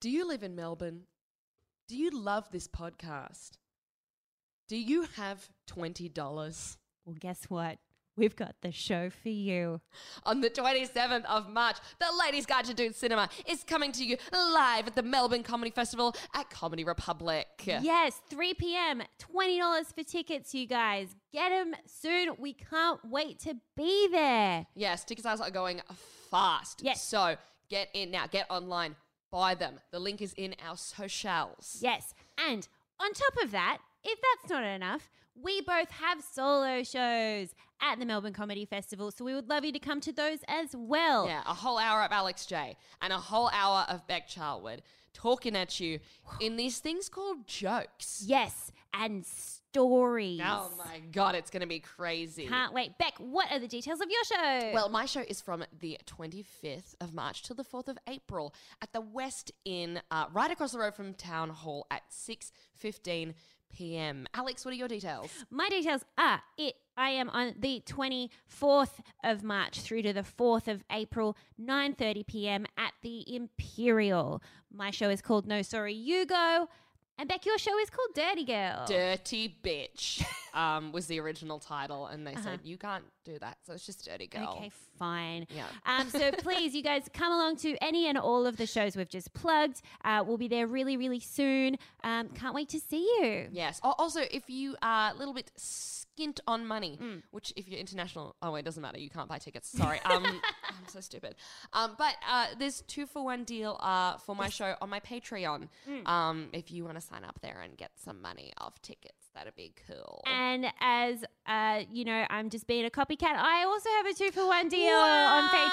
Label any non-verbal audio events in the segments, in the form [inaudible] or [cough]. Do you live in Melbourne? Do you love this podcast? Do you have $20? Well, guess what? We've got the show for you. On the 27th of March, the Ladies Guide to Dude Cinema is coming to you live at the Melbourne Comedy Festival at Comedy Republic. Yes, 3 p.m. $20 for tickets, you guys. Get them soon. We can't wait to be there. Yes, ticket sales are going fast. Yes. So get in now, get online, buy them. The link is in our socials. Yes. And on top of that, if that's not enough, we both have solo shows at the Melbourne Comedy Festival. So we would love you to come to those as well. Yeah, a whole hour of Alex J and a whole hour of Beck Charwood talking at you in these things called jokes. Yes. And stories. Oh my god, it's gonna be crazy. Can't wait. Beck, what are the details of your show? Well, my show is from the 25th of March till the 4th of April at the West Inn, uh, right across the road from Town Hall at 6.15 p.m. Alex, what are your details? My details are it. I am on the 24th of March through to the 4th of April, 9:30 p.m. at the Imperial. My show is called No Sorry You Go, and Beck, your show is called Dirty Girl. [laughs] Dirty Bitch um, was the original title, and they said, you can't do that, so it's just Dirty Girl. Okay, fine. Yeah. Um, so [laughs] please, you guys, come along to any and all of the shows we've just plugged. Uh, we'll be there really, really soon. Um, can't wait to see you. Yes. Al- Also, if you are a little bit skint on money, which if you're international, oh, it doesn't matter. You can't buy tickets. Sorry. Um, [laughs] I'm so stupid. Um, but uh, there's two for one deal uh, for my show on my Patreon. Um, if you want to sign up there and get some money off tickets, that'd be cool. And as uh, you know, I'm just being a copycat. I also have a two for one deal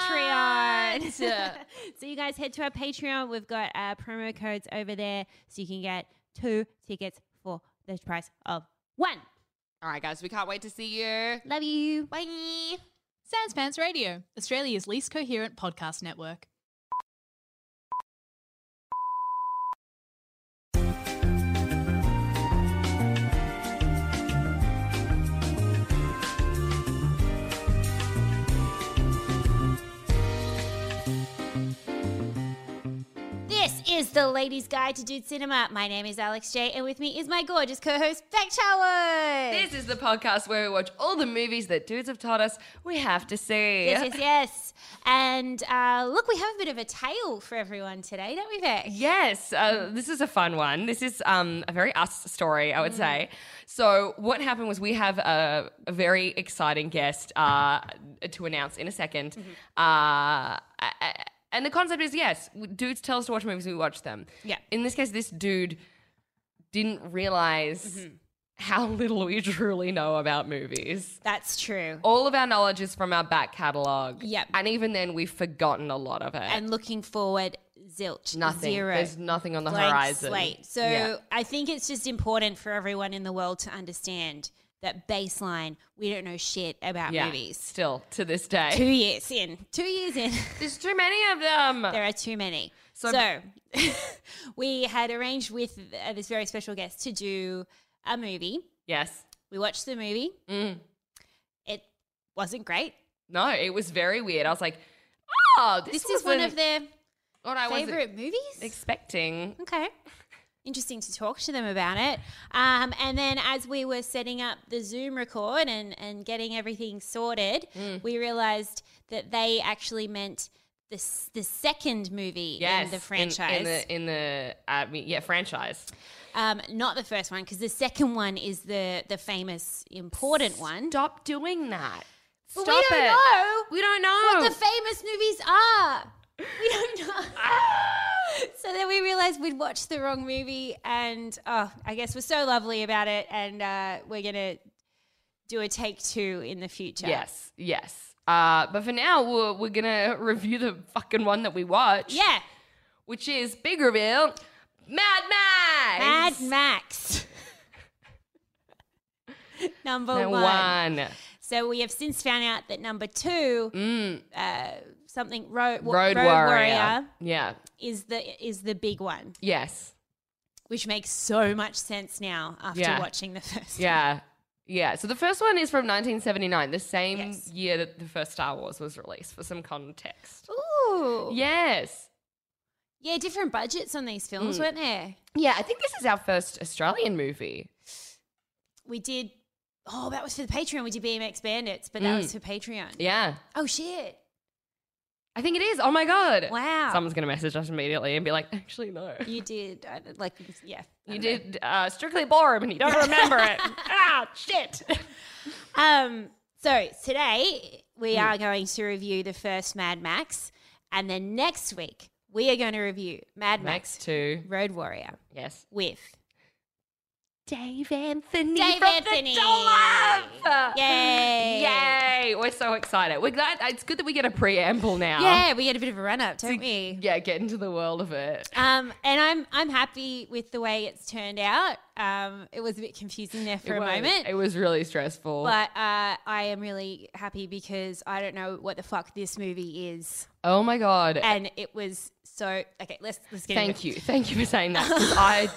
on Patreon. What? [laughs] so you guys head to our Patreon. We've got uh, promo codes over there, so you can get two tickets for the price of one. All right, guys. We can't wait to see you. Love you. Bye. Sans Pants Radio, Australia's least coherent podcast network. This is the Ladies Guide to Dude Cinema. My name is Alex J, and with me is my gorgeous co-host Beck Chowood. This is the podcast where we watch all the movies that dudes have taught us we have to see. Yes, yes, yes. And uh, look, we have a bit of a tale for everyone today, don't we, Beck? Yes, uh, this is a fun one. This is um, a very us story, I would Mm. say. So, what happened was we have a, a very exciting guest uh, to announce in a 2nd Mm-hmm. Uh, a- a- and the concept is yes, dudes tell us to watch movies, we watch them. Yeah. In this case, this dude didn't realize Mm-hmm. how [laughs] little we truly know about movies. That's true. All of our knowledge is from our back catalogue. Yep. And even then, we've forgotten a lot of it. and looking forward, zilch, nothing. zero, There's nothing on the blank horizon. slate. So Yeah. I think it's just important for everyone in the world to understand that baseline, we don't know shit about Yeah, movies. Still to this Two day. years in, two [laughs] years in, There's too many of them. there are too many. So, [laughs] So- we had arranged with uh, this very special guest to do a movie. yes. We watched the movie. Mm. It wasn't great. No, it was very weird. I was like, oh, this, This, is one of wasn't their what I was favorite movies. expecting. Okay. Interesting to talk to them about it. Um, and then as we were setting up the Zoom record and, and getting everything sorted, we realized that they actually meant the, s- the second movie Yes. in the franchise. In, the, in the I mean, yeah, franchise. um, not the first one, because the second one is the, the famous important one. Stop doing that. But Stop we don't it. know We don't know. what the famous movies are. We don't [laughs] know. Ah! so then we realized we'd watched the wrong movie, and oh, I guess we're so lovely about it, and uh, we're gonna do a take two in the future. yes. Yes. Uh, but for now, we're, we're going to review the fucking one that we watched, Yeah. which is Big Reveal Mad Max. [laughs] Mad Max. number Number one. one. So we have since found out that number two, uh, something road, Mm. Road, Warrior. Yeah. is the is the big one. Yes. which makes so much sense now after Yeah. watching the [laughs] first. Yeah. Yeah. So the first one is from 1979, the same Yes. year that the first Star Wars was released, for some context. Ooh. Yes. Yeah, different budgets on these films, Mm. weren't there? Yeah, I think this is our first Australian movie. We did. Oh, that was for the Patreon. We did BMX Bandits, but that Mm. was for Patreon. Yeah. Oh shit! I think it is. Oh my god. Wow. Someone's gonna message us immediately and be like, actually no. You did I, don't- like yeah. I You don't know. did uh, strictly ballroom and you don't remember it. [laughs] ah, [laughs] shit. Um. So today we Mm. are going to review the first Mad Max, and then next week we are going to review Mad Max Max, two. Road Warrior Yes. with Dave Anthony. Dave from Anthony. The Dollop! Yay! Yay! We're so excited. We're glad. It's good that we get a preamble now. Yeah, we get a bit of a run up, don't we? Yeah, get into the world of it. Um, and I'm I'm happy with the way it's turned out. Um, it was a bit confusing there for It a was- moment, It was really stressful. but uh, I am really happy because I don't know what the fuck this movie is, oh my god. and it was so okay. Let's let's get Thank into you. Thank you for saying that. 'cause I,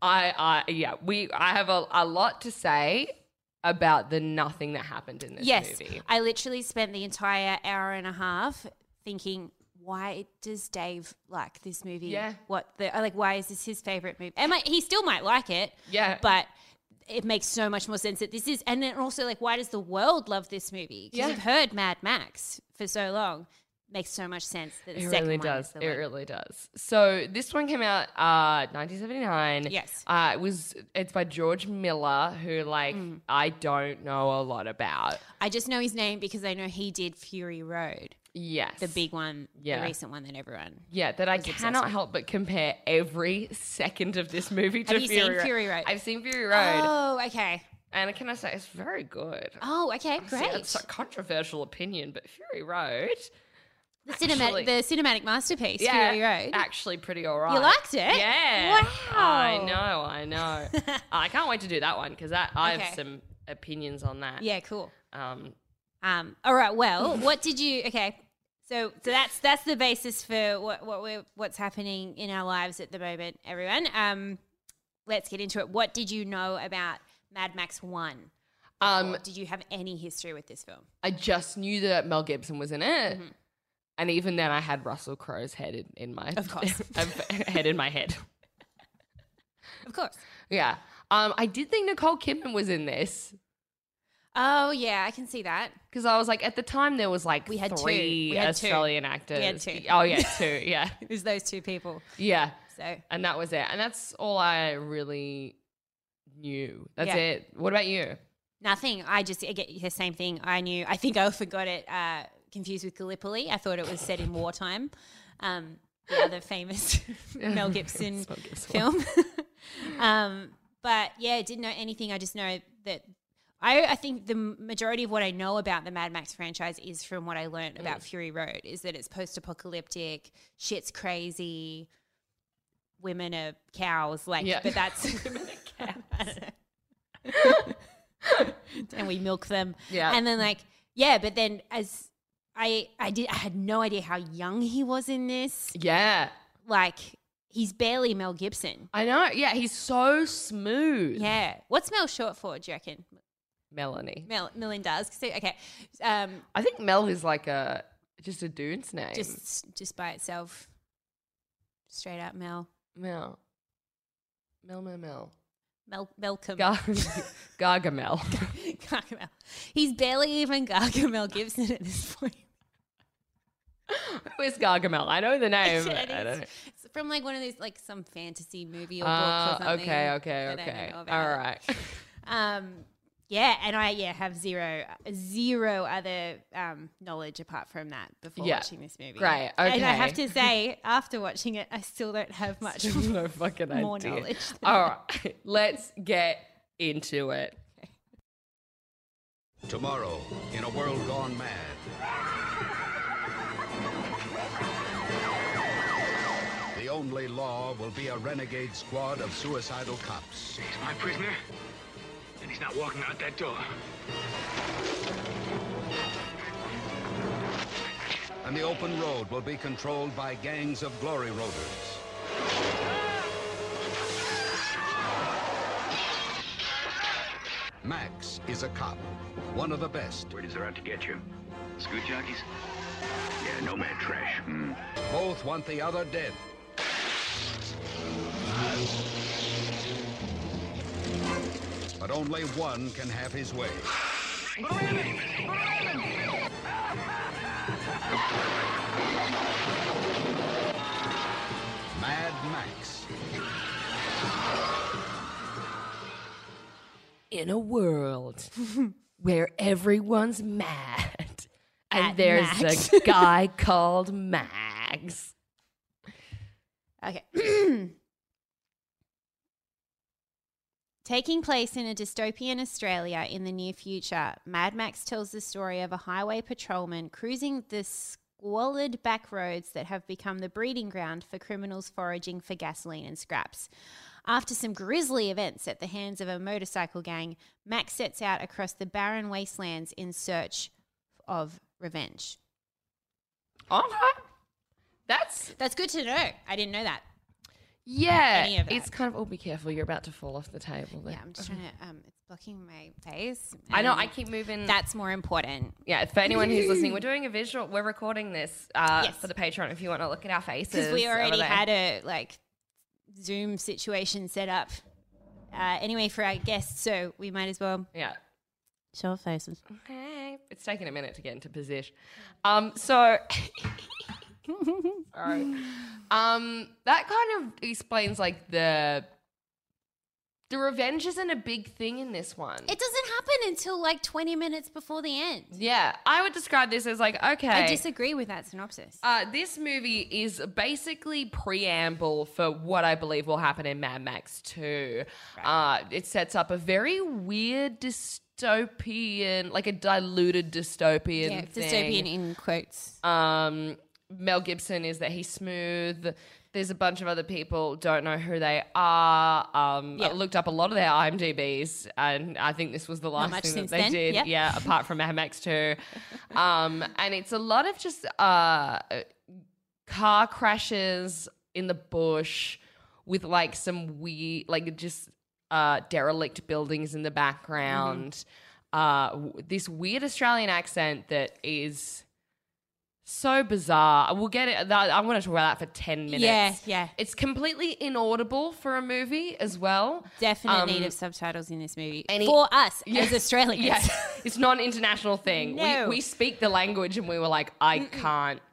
I, I, yeah, we, I have a, a lot to say about the nothing that happened in this Yes, movie. I literally spent the entire hour and a half thinking. Why does Dave like this movie? Yeah. What the like? Why is this his favorite movie? And like, he still might like it. Yeah. but it makes so much more sense that this is and then also like why does the world love this movie because Yeah. we've heard mad max for so long makes so much sense that the It second really one does. is the It one. really does. So this one came out uh 1979. Yes. Uh, it was it's by George Miller, who like Mm. I don't know a lot about. i just know his name because i know he did fury road Yes. the big one Yeah. the recent one that everyone Yeah, that I cannot obsessed with. help but compare every second of this movie to Have you seen Fury Road. Fury Road? I've seen Fury Road, oh okay and can I say it's very good. oh okay See, great It's a controversial opinion, but Fury Road. the, cinematic, actually- the cinematic masterpiece fury road Actually, pretty all right. you liked it Yeah. wow I know, I [laughs] know. I can't wait to do that one because that I Okay. have some opinions on that. yeah cool Um, Um, all [laughs] right. Well, what did you? Okay. So, so that's that's the basis for what what we're what's happening in our lives at the moment, everyone. Um, let's get into it. What did you know about Mad Max One? um, Or did you have any history with this film? I just knew that Mel Gibson was in it. Mm-hmm. And even then, I had Russell Crowe's head in, in my Of [laughs] course. head in my head. Of course. Yeah. Um, I did think Nicole Kidman was in this Oh yeah, I can see that. because I was like, at the time there was like We had two. three We had two. Australian actors. had two. Oh [laughs] yeah, two. Yeah, It was those two people. yeah. So And that was it. And that's all I really knew. That's Yeah. it. What about you? nothing. I just I get the same thing. I knew. I think I [laughs] forgot it. Uh, confused with Gallipoli. I thought it was set in wartime. Um, the other famous [laughs] Mel Gibson Mel Gibson. film. [laughs] um, but yeah, didn't know anything. I just know that I, I think the majority of what I know about the Mad Max franchise is from what I learned about Fury Road is that it's post apocalyptic, shit's crazy, women are cows. Like, Yeah. but that's. [laughs] women are cows. and we milk them. Yeah. And then, like, yeah, but then as. I, I did I had no idea how young he was in this Yeah. like he's barely Mel Gibson. I know. Yeah, he's so smooth. Yeah. What's Mel short for? Do you reckon? Melanie. Mel Melinda's. So, okay. Um, I think Mel is like a just a dude's name. just just by itself. Straight out Mel. Mel. Mel Mel Mel. Mel Malcolm. Gar- [laughs] Gargamel. [laughs] Gargamel. He's barely even Gargamel Gibson at this point. Who is Gargamel? I [laughs] know the name. but I don't know. It's from like one of those like some fantasy movie or book Ah, or something. okay, okay, that I don't okay. know All about. right. [laughs] [laughs] Um, yeah, and I yeah have zero zero other um, knowledge apart from that before Yeah. watching this movie. Great, And I have okay. to say, after watching it, I still don't [laughs] have much. no fucking idea. More knowledge than All right. Let's get into it. Tomorrow, in a world gone mad. The only law will be a renegade squad of suicidal cops. He's my prisoner, and he's not walking out that door. And the open road will be controlled by gangs of glory roaders. Max is a cop, one of the best, Wordies are out to get you. Scoot jockeys? Yeah, nomad trash. Hmm. Both want the other dead. But only one can have his way. Mad Max. in a [laughs] world where everyone's mad. And At there's Max. a [laughs] [laughs] guy called Max. Okay. [clears throat] Taking place in a dystopian Australia in the near future, Mad Max tells the story of a highway patrolman cruising the squalid back roads that have become the breeding ground for criminals foraging for gasoline and scraps. After some grisly events at the hands of a motorcycle gang, Max sets out across the barren wastelands in search of revenge. Okay. That's That's good to know. I didn't know that. yeah. Any of that. It's kind of oh be careful, you're about to fall off the table there. Yeah, Um, I'm just trying to. Um, it's blocking my face. I know, and I keep moving that's more important. Yeah, for anyone who's [laughs] listening, we're doing a visual we're recording this uh, Yes. for the Patreon if you want to look at our faces. because we over already there. had a like Zoom situation set up. Uh, anyway, for our guests, so we might as well Yeah. show our faces. Okay. It's taken a minute to get into position. Um, so [laughs] Sorry. Um, that kind of explains like the the revenge isn't a big thing in this one. It doesn't happen until like 20 minutes before the end. yeah, I would describe this as like okay. I disagree with that synopsis. uh, this movie is basically preamble for what I believe will happen in Mad Max 2. Uh, it sets up a very weird dystopian, like a diluted dystopian yeah, thing. dystopian in quotes. Um, Mel Gibson is that he's smooth. There's a bunch of other people don't know who they are. Um, I looked up a lot of their IMDb's, and I think this was the last much thing that since they then, did. yeah. Yeah, apart from Mad Max [laughs] Two, um, and it's a lot of just uh, car crashes in the bush with like some weird, like just uh, derelict buildings in the background. Mm-hmm. Uh, w- this weird Australian accent that is so bizarre. We'll get it. That, I want to talk about that for 10 minutes. Yeah, yeah. It's completely inaudible for a movie as well. Definite um, need of subtitles in this movie any- for us Yeah. as Australians. Yes. it's not an international thing. No. We, we speak the language and we were like, I can't [laughs]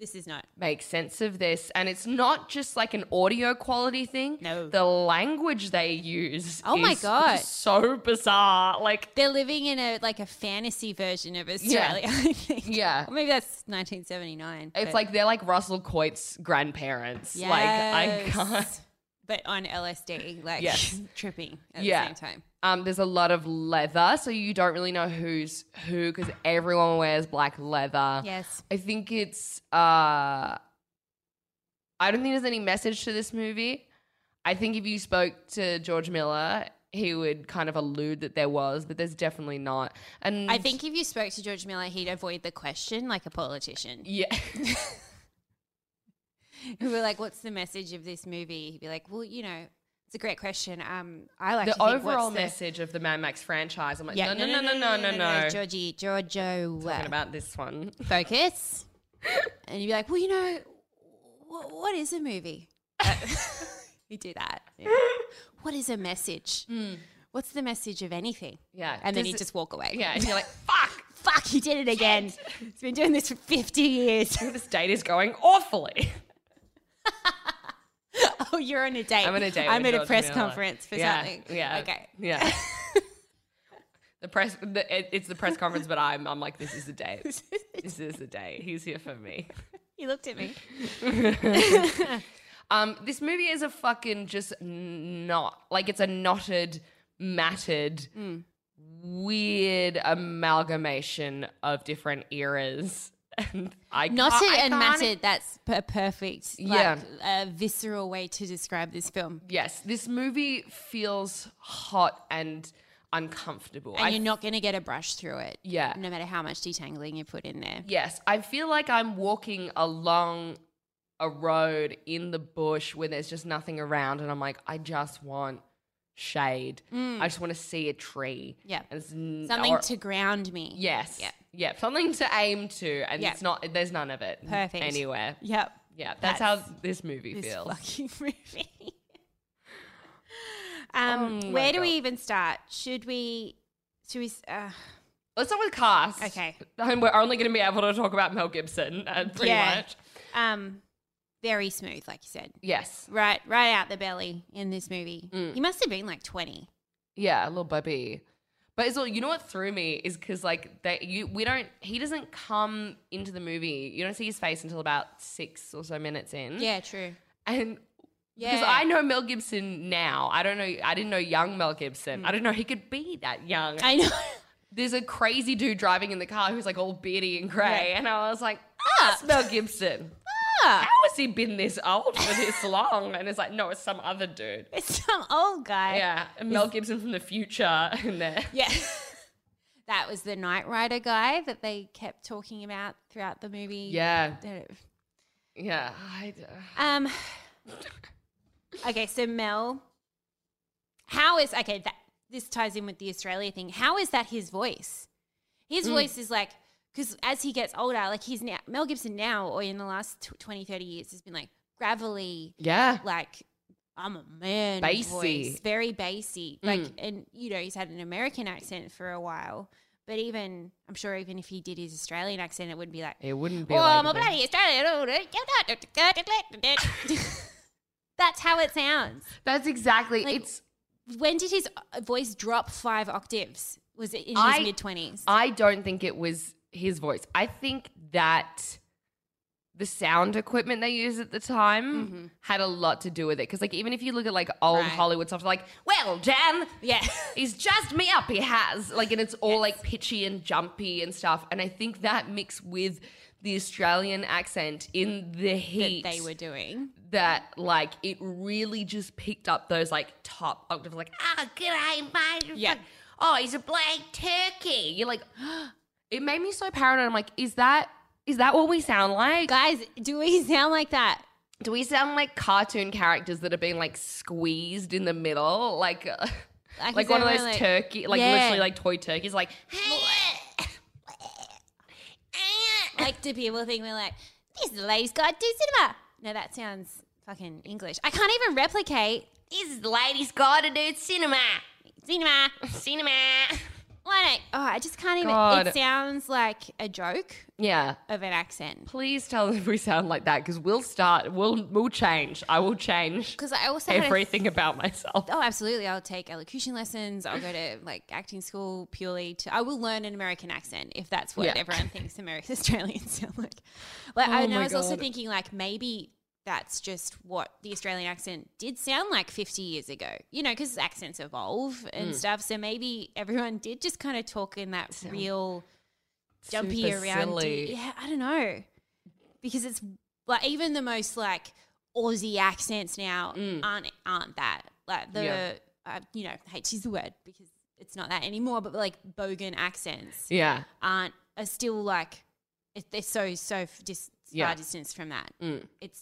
This is not. make sense of this. And it's not just like an audio quality thing. No. The language they use Oh my is God. so bizarre. Like, They're living in a like a fantasy version of Australia. [laughs] I think. yeah. Or maybe that's 1979. It's but- like they're like Russell Coit's grandparents. Like, I Yes. can't. But on LSD, like Yes. tripping at Yeah. the same time. Um, there's a lot of leather, so you don't really know who's who because everyone wears black leather. Yes. I think it's. Uh, I don't think there's any message to this movie. I think if you spoke to George Miller, he would kind of allude that there was, but there's definitely not. And I think if you spoke to George Miller, he'd avoid the question like a politician. [laughs] yeah, Who were like, "What's the message of this movie?" He'd be like, "Well, you know, it's a great question. Um, I like to the think what's overall the- message of the Mad Max franchise. I'm like, Yeah, no, no, no, no, no, no, no. Georgie, Giorgio, Talking uh, about this one. focus." and you'd be like, "Well, you know, wh- what is [laughs] a movie?" Uh, you do that. Yeah. What is a message? What's the message of anything? Mm. Yeah, and then does you it- just walk away. Yeah, and you're [laughs] like, fuck, fuck, you did it again. It's been doing this for 50 years. [laughs] this date is going awfully. oh, you're on a date. I'm on a date. [laughs] I'm with at a George press Miller. conference for yeah, something. Yeah. Okay. [laughs] Yeah. the press. The, it, it's the press conference, but I'm. I'm like, this is a [laughs] date. this is a date. He's here for me. He looked at me. Um, this movie is a fucking just not like it's a knotted, matted, Hmm. weird amalgamation of different eras. And I Knotted can't- I and can't- matted. That's a perfect, Yeah. like, uh, visceral way to describe this film. Yes, this movie feels hot and uncomfortable. And I you're not going to get a brush through it. Yeah. No matter how much detangling you put in there. Yes, I feel like I'm walking along a road in the bush where there's just nothing around, and I'm like, I just want shade. I just want to see a tree. Yeah. And it's n- Mm. Something or- to ground me. Yes. Yeah. Yeah. Something to aim to, and Yeah. it's not. There's none of it. Perfect. Anywhere. Yep. Yeah, that's, That's- how this movie this feels. fucking movie. [laughs] um, Oh my where do we God. even start? Should we? Should we? s- Uh, Let's start with cast. Okay. And [laughs] we're only going to be able to talk about Mel Gibson, uh, pretty Yeah. much. um, very smooth, like you said. Yes. Right, right out the belly in this movie. He must have been like twenty. Yeah, little Bubby. But it's all, you know what threw me is because like that you we don't he doesn't come into the movie. You don't see his face until about six or so minutes in. Yeah, true. And because Yeah. I know Mel Gibson now. I don't know I didn't know young Mel Gibson. I didn't know he could be that young. [laughs] Mm. I know. There's a crazy dude driving in the car who's like all beardy and grey. And I was like, ah, it's Mel Gibson. Ah, How has he been this old for [laughs] this long? And it's like, no, it's some other dude. it's some old guy. Yeah, Mel Gibson from the future [laughs] in there. Yeah. [laughs] that was the Knight Rider guy that they kept talking about throughout the movie. Yeah, That- yeah. I d- Um. Okay, so Mel, how is okay? That this ties in with the Australia thing. How is that his voice? His voice is like because as he gets older, like he's now Mel Gibson now, or in the last tw- 20, 30 years, has been like gravelly, yeah, like I'm a man, Bassy. voice, very bassy. Mm. Like, and you know, he's had an American accent for a while. But even, I'm sure, even if he did his Australian accent, it wouldn't be like it wouldn't be. Oh, like I'm a this. bloody Oh, Australian. [laughs] That's how it sounds. That's exactly. Like, it's. When did his uh, voice drop five octaves? Was it in I- his mid 20s? I don't think it was his voice. I think that the sound equipment they used at the time had a lot to do with it. Because like, even if you look at like old Mm-hmm. Right. Hollywood stuff, like, well, Dan, Yeah. [laughs] He's jazzed me up. He has like, and it's all like pitchy and jumpy and stuff. And I think that mixed with the Australian accent in the that heat they were doing. that like it really just picked up those like top octaves, like ah, oh, g'day, mate. Yeah. Oh, he's a black turkey. You're like, [gasps] it made me so paranoid. I'm like, is that is that what we sound like? Guys, do we sound like that? Do we sound like cartoon characters that have been like squeezed in the middle, like [laughs] uh, Like, like, is one of everyone, those like- turkey, like Yeah. literally like toy turkeys, like [laughs] Like, do people think we're like, this is the ladies' guide to cinema? No, that sounds fucking English. I can't even replicate this is the lady's got to do cinema, cinema. cinema. Why don't? Oh, I just can't even. It God. sounds like a joke Yeah, of an accent. please tell us if [laughs] we sound like that because we'll start, we'll we'll change. I will [laughs] change Because I also had a- everything about myself. oh, absolutely. I'll take elocution lessons. I'll go [laughs] to like acting school purely to. I will learn an American accent if that's what Yeah. Oh everyone thinks American [laughs] Australians sound like. But I, and I my was also God. thinking like maybe that's just what the Australian accent did sound like 50 years ago. You know, because accents evolve Hmm. and stuff. So maybe everyone did just kind of talk in that real jumpy Super around. silly. Yeah, I don't know. Because it's like even the most like Aussie accents now aren't aren't that. Like the Mm. Yeah. uh, you know, hate to use the word because it's not that anymore, but like bogan accents Yeah, aren't are still like it, they're so so f- dis- Yeah. far distance from that. It's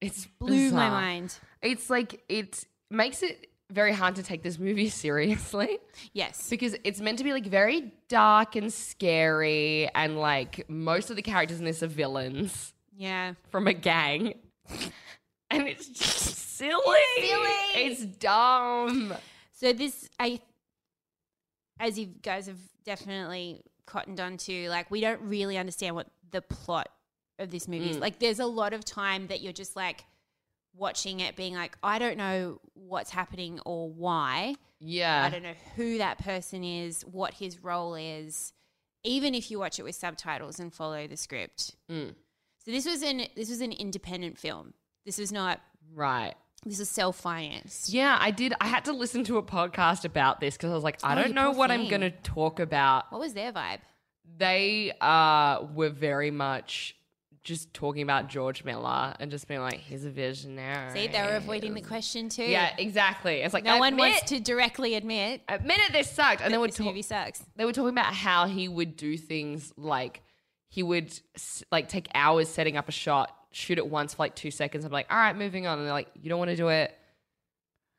it's blew my bizarre. mind. It's like it makes it very hard to take this movie [laughs] seriously. Yes. because it's meant to be like very dark and scary and like most of the characters in this are villains Yeah. from a gang [laughs] and it's just silly silly. it's dumb So this, I, as you guys have definitely cottoned on to, like we don't really understand what the plot of this movie is. Like, there's a lot of time that you're just like watching it, being like, I don't know what's happening or why. I yeah don't know who that person is, what his role is, even if you watch it with subtitles and follow the script. So this was an this was an independent film. This was not. right This was self financed. yeah i did i had to listen to a podcast about this because i was like i Oh, you don't know poor what i'm thing. gonna talk about What was their vibe? they uh were very much just talking about george miller and just being like he's a visionary See, they were avoiding the question too. yeah exactly it's like No one admit- wants to directly admit admit it this sucked and then we're this talking movie sucks. they were talking about how he would do things like he would s- like take hours setting up a shot, shoot it once for like two seconds, and be like, all right, moving on. And they're like, you don't want to do it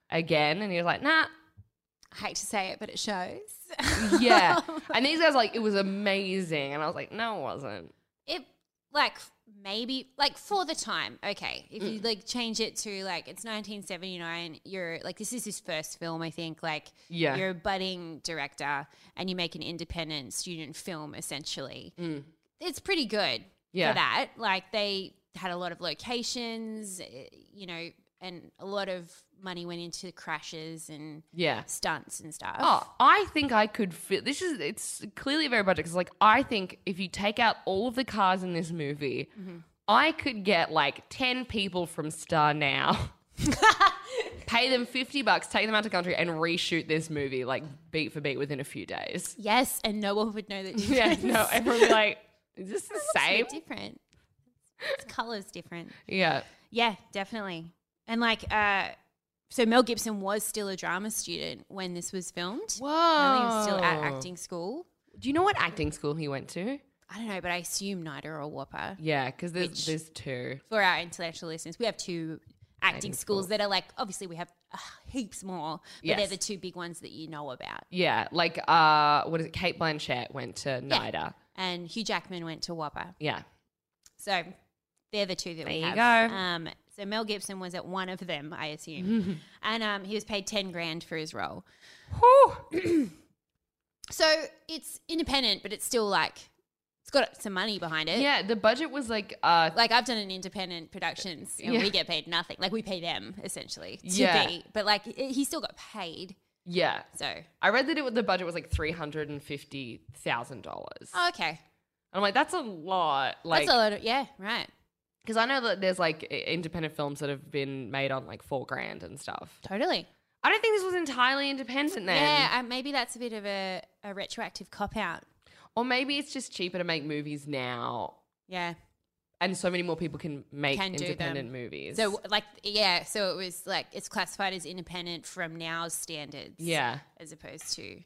again. And he was like, nah, [laughs] I hate to say it, but it shows. [laughs] yeah. and these guys were like, it was amazing. And I was like, no, it wasn't. It like maybe like for the time, okay. If Mm. you like change it to like it's 1979, you're like this is his first film, I think. Like Yeah. you're a budding director and you make an independent student film essentially. It's pretty good Mm. Yeah. for that. Like they had a lot of locations, eh, you know, and a lot of money went into crashes and Yeah. stunts and stuff. Oh, I think I could fit. This is it's clearly a very budget because like I think if you take out all of the cars in this movie, Mm-hmm. I could get like ten people from Star [laughs] Now, pay them fifty bucks, take them out to country, and reshoot this movie like beat for beat within a few days. [laughs] Yes, and no one would know that. Yeah, no, everyone would be like, is this the same? different. Its colors different. Yeah, Yeah, definitely. And like, uh, so Mel Gibson was still a drama student when this was filmed. I think he was still at Whoa. acting school. do you know what acting school he went to? I don't know, but I assume NIDA or Whopper. Yeah, because there's Which- there's two. For our intellectual listeners, we have two acting, Acting schools schools. that are like obviously we have uh, heaps more, but they're Yes. the two big ones that you know about. Yeah, like uh, what is it? Kate Blanchett went to NIDA. And Hugh Jackman went to Whopper. yeah. So they're the two that we There you have. go. Um, so Mel Gibson was at one of them, [laughs] I assume, and um, he was paid ten grand for his role. so it's independent, but it's still like it's got some money behind it. Yeah, the budget was like uh Like I've done an independent productions, and Yeah. we get paid nothing. Like we pay them essentially to Yeah. be, but like i- he still got paid. yeah. So I read that it was- the budget was like three hundred and fifty thousand dollars. oh, okay, I'm like, that's a lot. Like, that's a lot. Of, yeah, right. because I know that there's like i- independent films that have been made on like four grand and stuff. Totally. I don't think this was entirely independent then, Yeah, uh, maybe that's a bit of a, a retroactive cop out. or maybe it's just cheaper to make movies now, Yeah. and and so many more people can make Can do them. independent movies. So like yeah, so it was like it's classified as independent from now's standards. yeah, As opposed to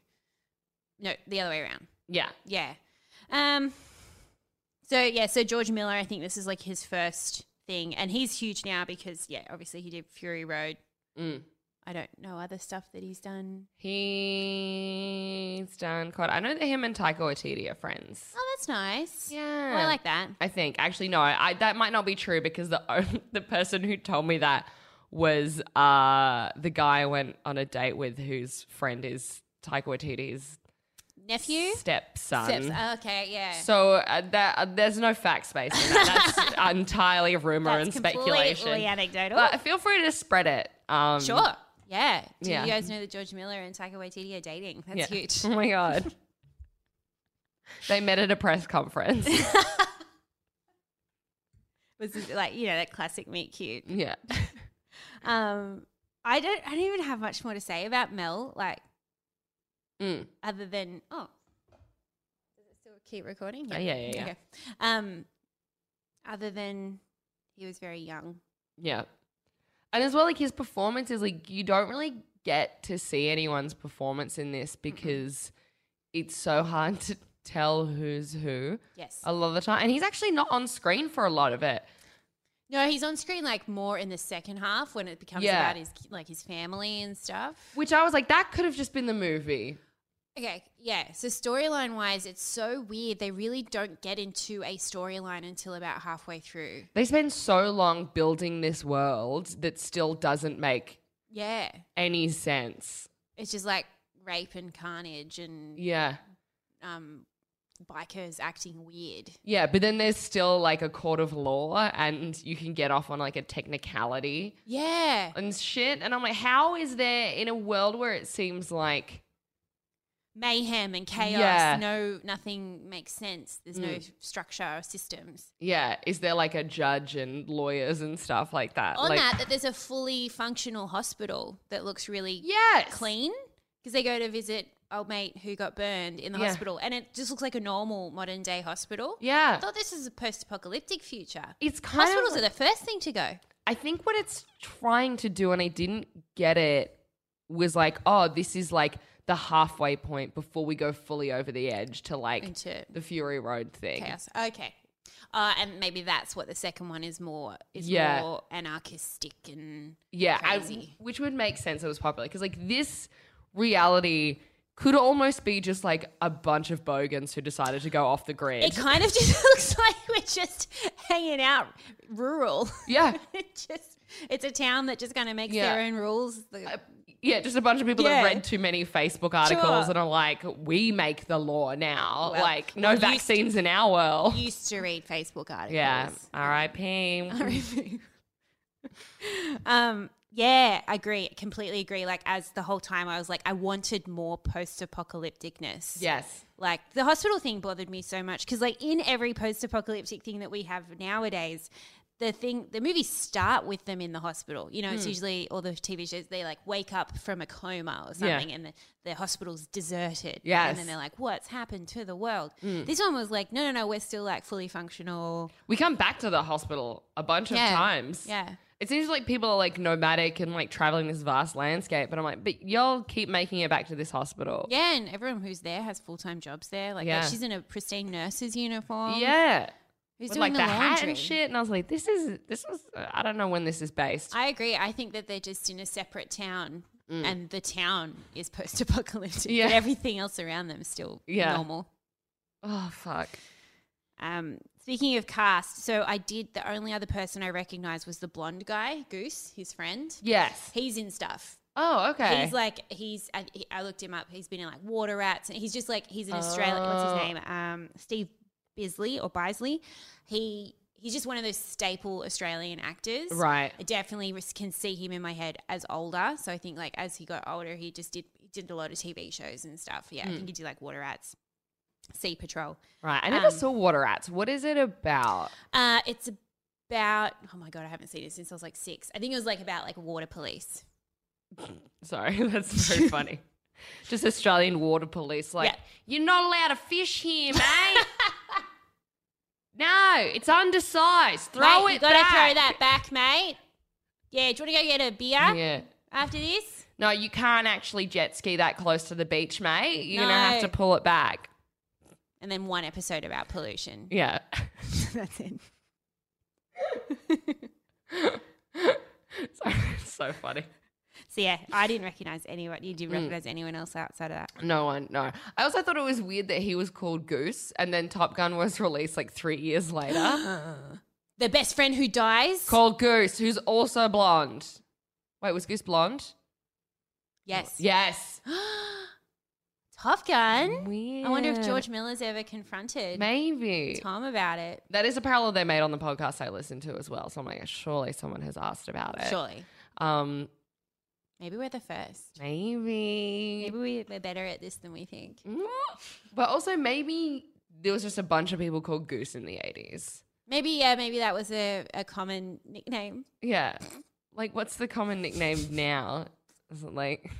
no, the other way around. yeah, Yeah. Um so yeah, so George Miller, I think this is like his first thing and he's huge now because yeah, obviously he did Fury Road. Mm. I don't know other stuff that he's done. he's done quite. I know that him and Taika Waititi are friends. Oh, that's nice. Yeah, Oh, I like that. I think actually no, I that might not be true because the [laughs] on- the person who told me that was uh the guy I went on a date with whose friend is Taika Waititi's Nephew? stepson. Steps. Oh, okay, yeah. So uh, that uh, there's no fact space in that. [laughs] That's [laughs] entirely rumor and speculation. completely anecdotal. But feel free to spread it. Um, Sure. Yeah. Do Yeah. you guys know that George Miller and Taika Waititi are dating? That's yeah. [laughs] huge. [laughs] Oh my god. they met at a press conference. [laughs] Was this, like you know that classic meet cute. yeah. Um, I don't. I don't even have much more to say about Mel. Like Mm. other than oh, does it still keep recording? Oh, yeah, yeah, yeah. Okay. Um, other than he was very young. Yeah. And as well, like his performance is like you don't really get to see anyone's performance in this because it's so hard [laughs] to tell who's who Yes. a lot of the time. And he's actually not on screen for a lot of it. No, he's on screen like more in the second half when it becomes Yeah. about his like his family and stuff. Which I was like, that could have just been the movie. Okay, yeah. So storyline wise, it's so weird. They really don't get into a storyline until about halfway through. They spend so long building this world that still doesn't make Yeah. any sense. It's just like rape and carnage and Yeah. um bikers acting weird. Yeah, but then there's still like a court of law and you can get off on like a technicality. Yeah. and shit. And I'm like, how is there in a world where it seems like Mayhem and chaos. Yeah. Mm. No nothing makes sense. There's no structure or systems. yeah, is there like a judge and lawyers and stuff like that? On Uh, like, that that there's a fully functional hospital that looks really yes, clean because they go to visit old mate who got burned in the Yeah. hospital and it just looks like a normal modern day hospital. I Yeah, thought this was a post apocalyptic future. it's kind Hospitals of. are the first thing to go. I think what it's trying to do, and I didn't get it, was like, oh, this is like the halfway point before we go fully over the edge to like Into the Fury Road thing. chaos. Okay. Uh, and maybe that's what the second one is more is Yeah. more anarchistic and Yeah, and- Crazy. which would make sense. It was popular because like this reality could almost be just like a bunch of bogans who decided to go off the grid. [laughs] it kind of just looks like we're just hanging out rural. Yeah. [laughs] it just it's a town that just kind of makes Yeah. their own rules. The- Yeah, just a bunch of people Yeah. that read too many Facebook articles Sure. and are like, we make the law now. Well, like, no you- vaccines in our world. used to read Facebook articles. yeah. [laughs] R.I.P. um yeah I agree completely agree like as the whole time i was like i wanted more post-apocalypticness Yes. like the hospital thing bothered me so much because like in every post-apocalyptic thing that we have nowadays the thing the movies start with them in the hospital you know Hmm. it's usually all the tv shows they like wake up from a coma or Yeah. something and the, the hospital's deserted Yes. Hmm. and then they're like what's happened to the world this one was like no no no we're still like fully functional We come back to the hospital a bunch Yeah. of times. yeah It seems like people are like nomadic and like traveling this vast landscape, but I'm like, but y'all keep making it back to this hospital. yeah and everyone who's there has full-time jobs there like, Yeah. like, she's in a pristine nurse's uniform Yeah. who's With doing like the, the, hat laundry? and shit. And I was like, this is, this was, I don't know when this is based. I agree. I think that they're just in a separate town, and the town is post-apocalyptic, Mm. Yeah. but everything else around them is still Yeah. normal. oh, fuck. Um, speaking of cast, so I did. The only other person I recognized was the blonde guy, Goose, his friend. Yes. He's in stuff. Oh, okay. He's like he's. I, he, I looked him up. He's been in like Water Rats, and he's just like he's an Australian. What's his Oh. name? Um, Steve Bisley or Bisley. He he's just one of those staple Australian actors, Right. I definitely res- can see him in my head as older. So I think like as he got older, he just did he did a lot of TV shows and stuff. Yeah, Hmm. I think he did like Water Rats, Sea Patrol. Right. I never Um, saw Water Rats. What is it about? Uh, it's about oh my god, I haven't seen it since I was like six. I think it was like about like water police. Sorry, [laughs] that's very funny. Just Australian water police, like, Yeah. you're not allowed to fish here, [laughs] mate. no, it's undersized. Throw mate, it you gotta back. throw that back, mate. Yeah, do you want to go get a beer Yeah. after this? No, you can't actually jet ski that close to the beach, mate. You're going to have to No. pull it back. And then one episode about pollution. Yeah. [laughs] [laughs] That's it. Sorry, it's so funny. So yeah, I didn't recognize anyone. You Hmm. didn't recognize anyone else outside of that. No one, no. I also thought it was weird that he was called Goose and then Top Gun was released like three years later. The best friend who dies. called Goose, who's also blonde. Wait, was Goose blonde? Yes. Yes. Top Gun. Weird. I wonder if George Miller's ever confronted Maybe. Tom about it. That is a parallel they made on the podcast I listened to as well. So I'm like, surely someone has asked about it. Surely. Um, Maybe we're the first. maybe. Maybe we- we're better at this than we think. But also maybe there was just a bunch of people called Goose in the 80s. Maybe, yeah, maybe that was a, a common nickname. Yeah. Like, what's the common nickname now? Is it like,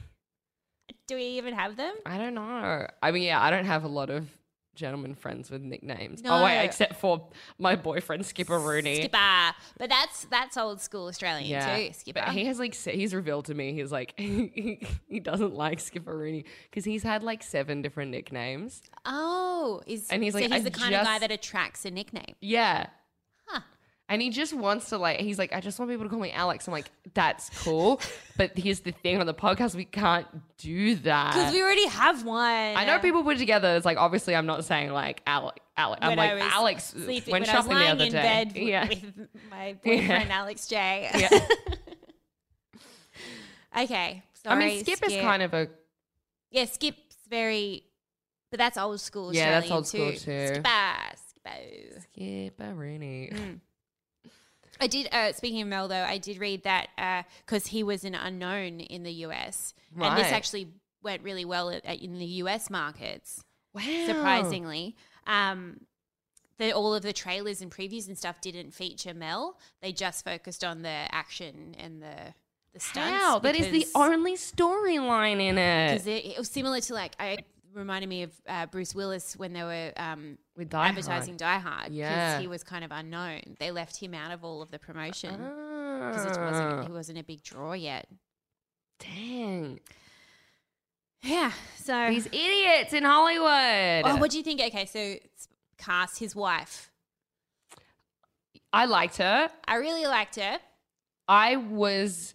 Do we even have them? I don't know. I mean, yeah, I don't have a lot of gentlemen friends with nicknames. No. Oh, wait, except for my boyfriend, Skipper Rooney. Skipper. But that's that's old school Australian too, Skipper. But he has like se- he's revealed to me he's like [laughs] he, doesn't like Skipper Rooney because he's had like seven different nicknames. oh, is, And he's so like, I he's the kind of guy just- that attracts a nickname. Yeah. Huh. And he just wants to like he's like I just want people to call me Alex. I'm like that's [laughs] cool, but here's the thing on the podcast we can't do that. Because we already have one. I know people put it together. It's like obviously I'm not saying like Alex. Alex. I'm When like I was Alex sleeping, when, when shopping I was lying the other in day. bed w- [laughs] yeah. with my boyfriend Alex J. [laughs] I okay, sorry. mean, Skip, is kind of a yeah. Skip's very, but that's old school. Yeah, that's Australian old school too. Skipper, Skipper. Skipper Rooney. Hmm. [laughs] I did. Uh, speaking of Mel, though, I did read that because he was an unknown in the US, and this Right. actually went really well at, at, in the US markets. Wow. surprisingly. Um, the, all of the trailers and previews and stuff didn't feature Mel. They just focused on the action and the the stunts. How? That is the because- only storyline in it. because it, it was similar to like I reminded me of uh, Bruce Willis when they were um, With Die advertising Die Hard because Yeah. he was kind of unknown. They left him out of all of the promotion because it wasn't Ah, he wasn't a big draw yet. dang. Yeah. So These idiots in Hollywood. oh, Uh. what do you think? Okay, so cast his wife. I liked her. I really liked her. I was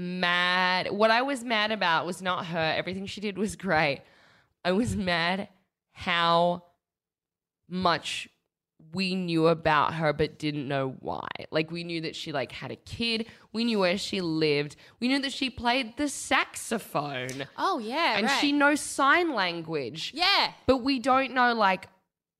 mad. What I was mad about was not her. Everything she did was great. I was mad how much we knew about her but didn't know why. Like we knew that she like had a kid, we knew where she lived, we knew that she played the saxophone Oh yeah, and right. she knows sign language. yeah, But we don't know, like,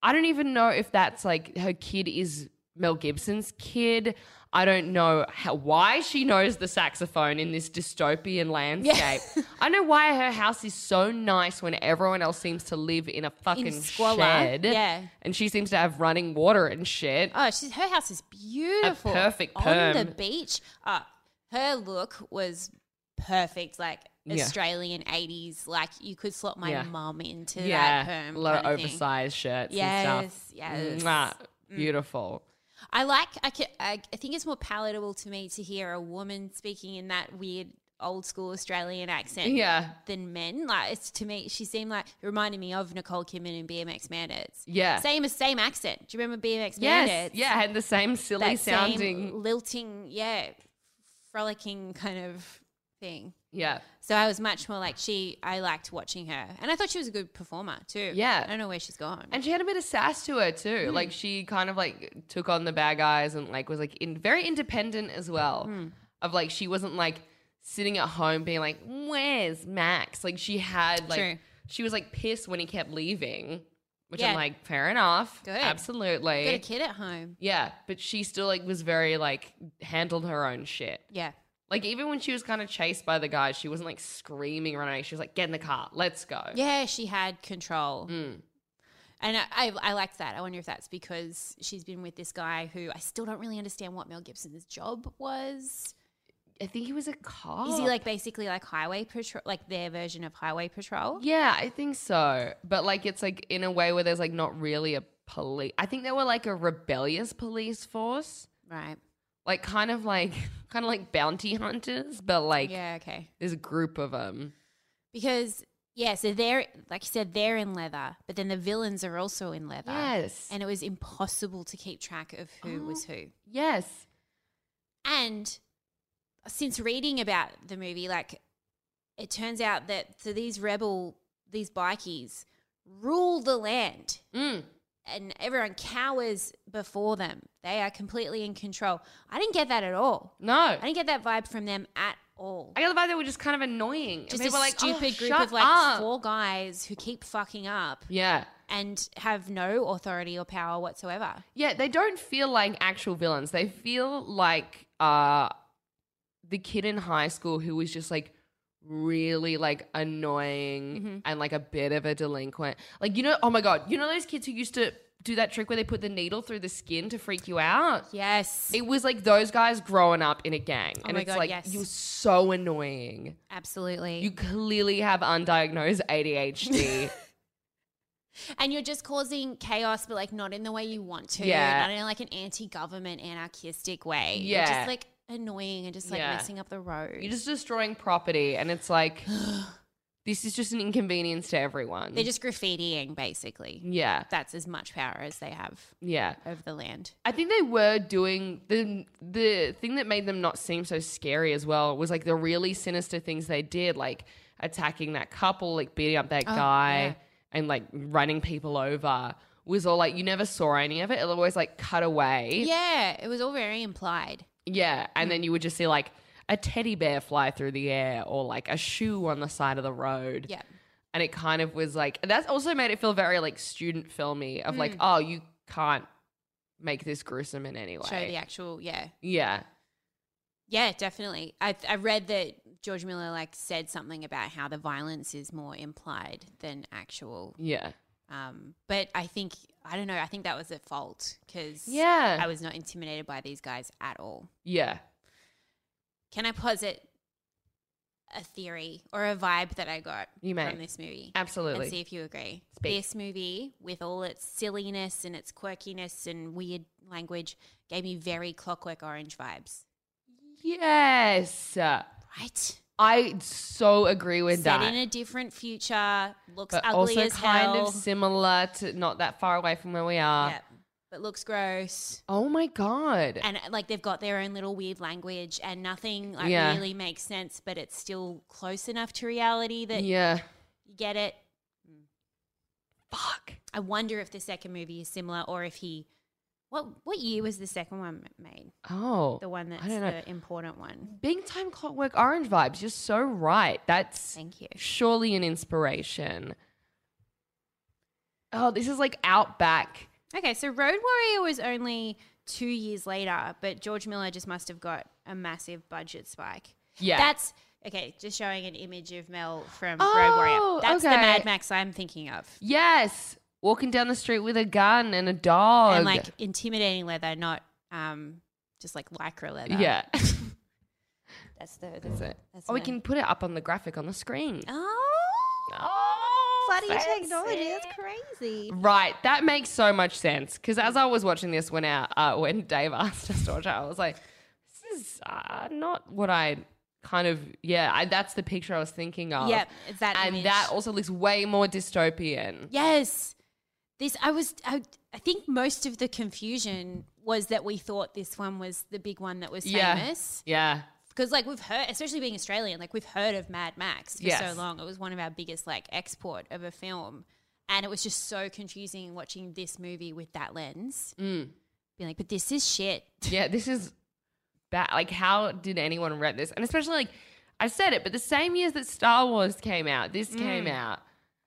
I don't even know if that's like her kid is Mel Gibson's kid. I don't know how, why she knows the saxophone in this dystopian landscape. I know why her house is so nice when everyone else seems to live in a fucking squalor, shed. yeah. And she seems to have running water and shit. Oh, she's her house is beautiful. A perfect on the perm. beach. Uh, her look was perfect, like Yeah. Australian eighties. Like you could slot my Yeah. mum into yeah. that perm. a lot kind of thing. oversized shirts and Yes, stuff. yes. Mwah. Beautiful. I like. I, ca I I think it's more palatable to me to hear a woman speaking in that weird old school Australian accent. Yeah. Than men, like it's to me. She seemed like it reminded me of Nicole Kidman in BMX Bandits. Yeah. same as same accent. Do you remember BMX Yes. Bandits? Yeah. Had the same silly that sounding. same lilting, yeah, frolicking kind of thing. Yeah. So I was much more like she. I liked watching her, and I thought she was a good performer too. Yeah. I don't know where she's gone. And she had a bit of sass to her too. Hmm. Like she kind of like took on the bad guys and like was like in very independent as well. Hmm. Of like she wasn't like sitting at home being like, "Where's Max?" Like she had like True. she was like pissed when he kept leaving, which I'm Yeah. like, fair enough, Good. absolutely, Got a kid at home. yeah. But she still like was very like handled her own shit. Yeah, Like even when she was kind of chased by the guys, she wasn't like screaming, running. away. She was like, "Get in the car, let's go." yeah, she had control, Mm. and I, I I liked that. I wonder if that's because she's been with this guy who I still don't really understand what Mel Gibson's job was. I think he was a car. Is he like basically like highway patrol, like their version of highway patrol? Yeah, I think so. But like it's like in a way where there's like not really a police. I think they were like a rebellious police force, Right. like kind of like [laughs] kind of like bounty hunters, but like Yeah. Okay. there's a group of um, them. Because yeah, so they're like you said, they're in leather, but then the villains are also in leather. Yes. Oh. And it was impossible to keep track of who was who. Yes. And since reading about the movie, like it turns out that so these rebel these bikies rule the land Mm. and everyone cowers before them. They are completely in control. I didn't get that at all. No. I didn't get that vibe from them at all. I got the vibe they were just kind of annoying. And Just they a were like, "Oh, stupid group shut of like up." four guys who keep fucking up Yeah. and have no authority or power whatsoever. Yeah, they don't feel like actual villains. They feel like uh the kid in high school who was just like really like annoying Mm-hmm. and like a bit of a delinquent. Like you know, oh my god, you know those kids who used to do that trick where they put the needle through the skin to freak you out? Yes, It was like those guys growing up in a gang. and Oh my it's God, like yes. you're so annoying. absolutely. You clearly have undiagnosed [laughs] ADHD. and you're just causing chaos, but like not in the way you want to. Yeah. Not in like an anti government, anarchistic way. You're Yeah. just like annoying and just like Yeah. messing up the road. You're just destroying property and it's [gasps] like this is just an inconvenience to everyone. They're just graffitiing, basically. Yeah. That's as much power as they have Yeah. over the land. I think they were doing the the thing that made them not seem so scary as well was like the really sinister things they did, like attacking that couple, like beating up Oh, that guy and like running people over was all like you never saw any of it. It was always like cut away. Yeah, Mm. it was all very implied. Yeah, And then you would just see like a teddy bear fly through the air or like a shoe on the side of the road. Yeah. And it kind of was like that also made it feel very like student filmy of Hmm. like, oh, you can't make this gruesome in any way. Show the actual, yeah. Yeah. Yeah, definitely. I I read that George Miller like said something about how the violence is more implied than actual. Yeah. Um, but I think I don't know. I think that was at fault because Yeah. [laughs] I was not intimidated by these guys at all. yeah. Can I posit a theory or a vibe that I got You may. from this movie? Absolutely. And see if you agree. Speak. This movie, with all its silliness and its quirkiness and weird language, gave me very Clockwork Orange vibes. Yes. Right. I so agree with set that. in a different future, looks but ugly also as kind hell. of similar to not that far away from where we are. Yep. but looks gross. Oh my god. And like they've got their own little weird language, and nothing like Yeah. really makes sense, but it's still close enough to reality that yeah. you get it. Fuck. I wonder if the second movie is similar, or if he What what year was the second one made? Oh, The one that's don't know. the important one. big time Clockwork Orange vibes. You're so right. That's Thank you. surely an inspiration. Oh, this is like outback. Okay, so Road Warrior was only two years later, but George Miller just must have got a massive budget spike. Yeah. That's okay, just showing an image of Mel from Road Oh, Warrior. That's the okay. Mad Max I'm thinking of. yes. Walking down the street with a gun and a dog. And like intimidating leather, not um just like lycra leather. yeah. uh, That's the, the [laughs] That's it. That's oh, we my- can put it up on the graphic on the screen. Oh Oh, bloody fancy. technology. That's crazy. Right, that makes so much sense. Because as I was watching this when our, uh, when Dave [laughs] asked us to watch it, I was like, "This is uh, not what I kind of yeah." I, that's the picture I was thinking of. Yep, it's that and image. that also looks way more dystopian. Yes. This I was I, I think most of the confusion was that we thought this one was the big one that was Yeah. famous Yeah, because like we've heard especially being Australian like we've heard of Mad Max for Yes. so long it was one of our biggest like export of a film and it was just so confusing watching this movie with that lens Mm. being like but this is [laughs] shit yeah. This is bad. Like, how did anyone read this? And especially like I said it, but the same years that Star Wars came out, Mm. this came out,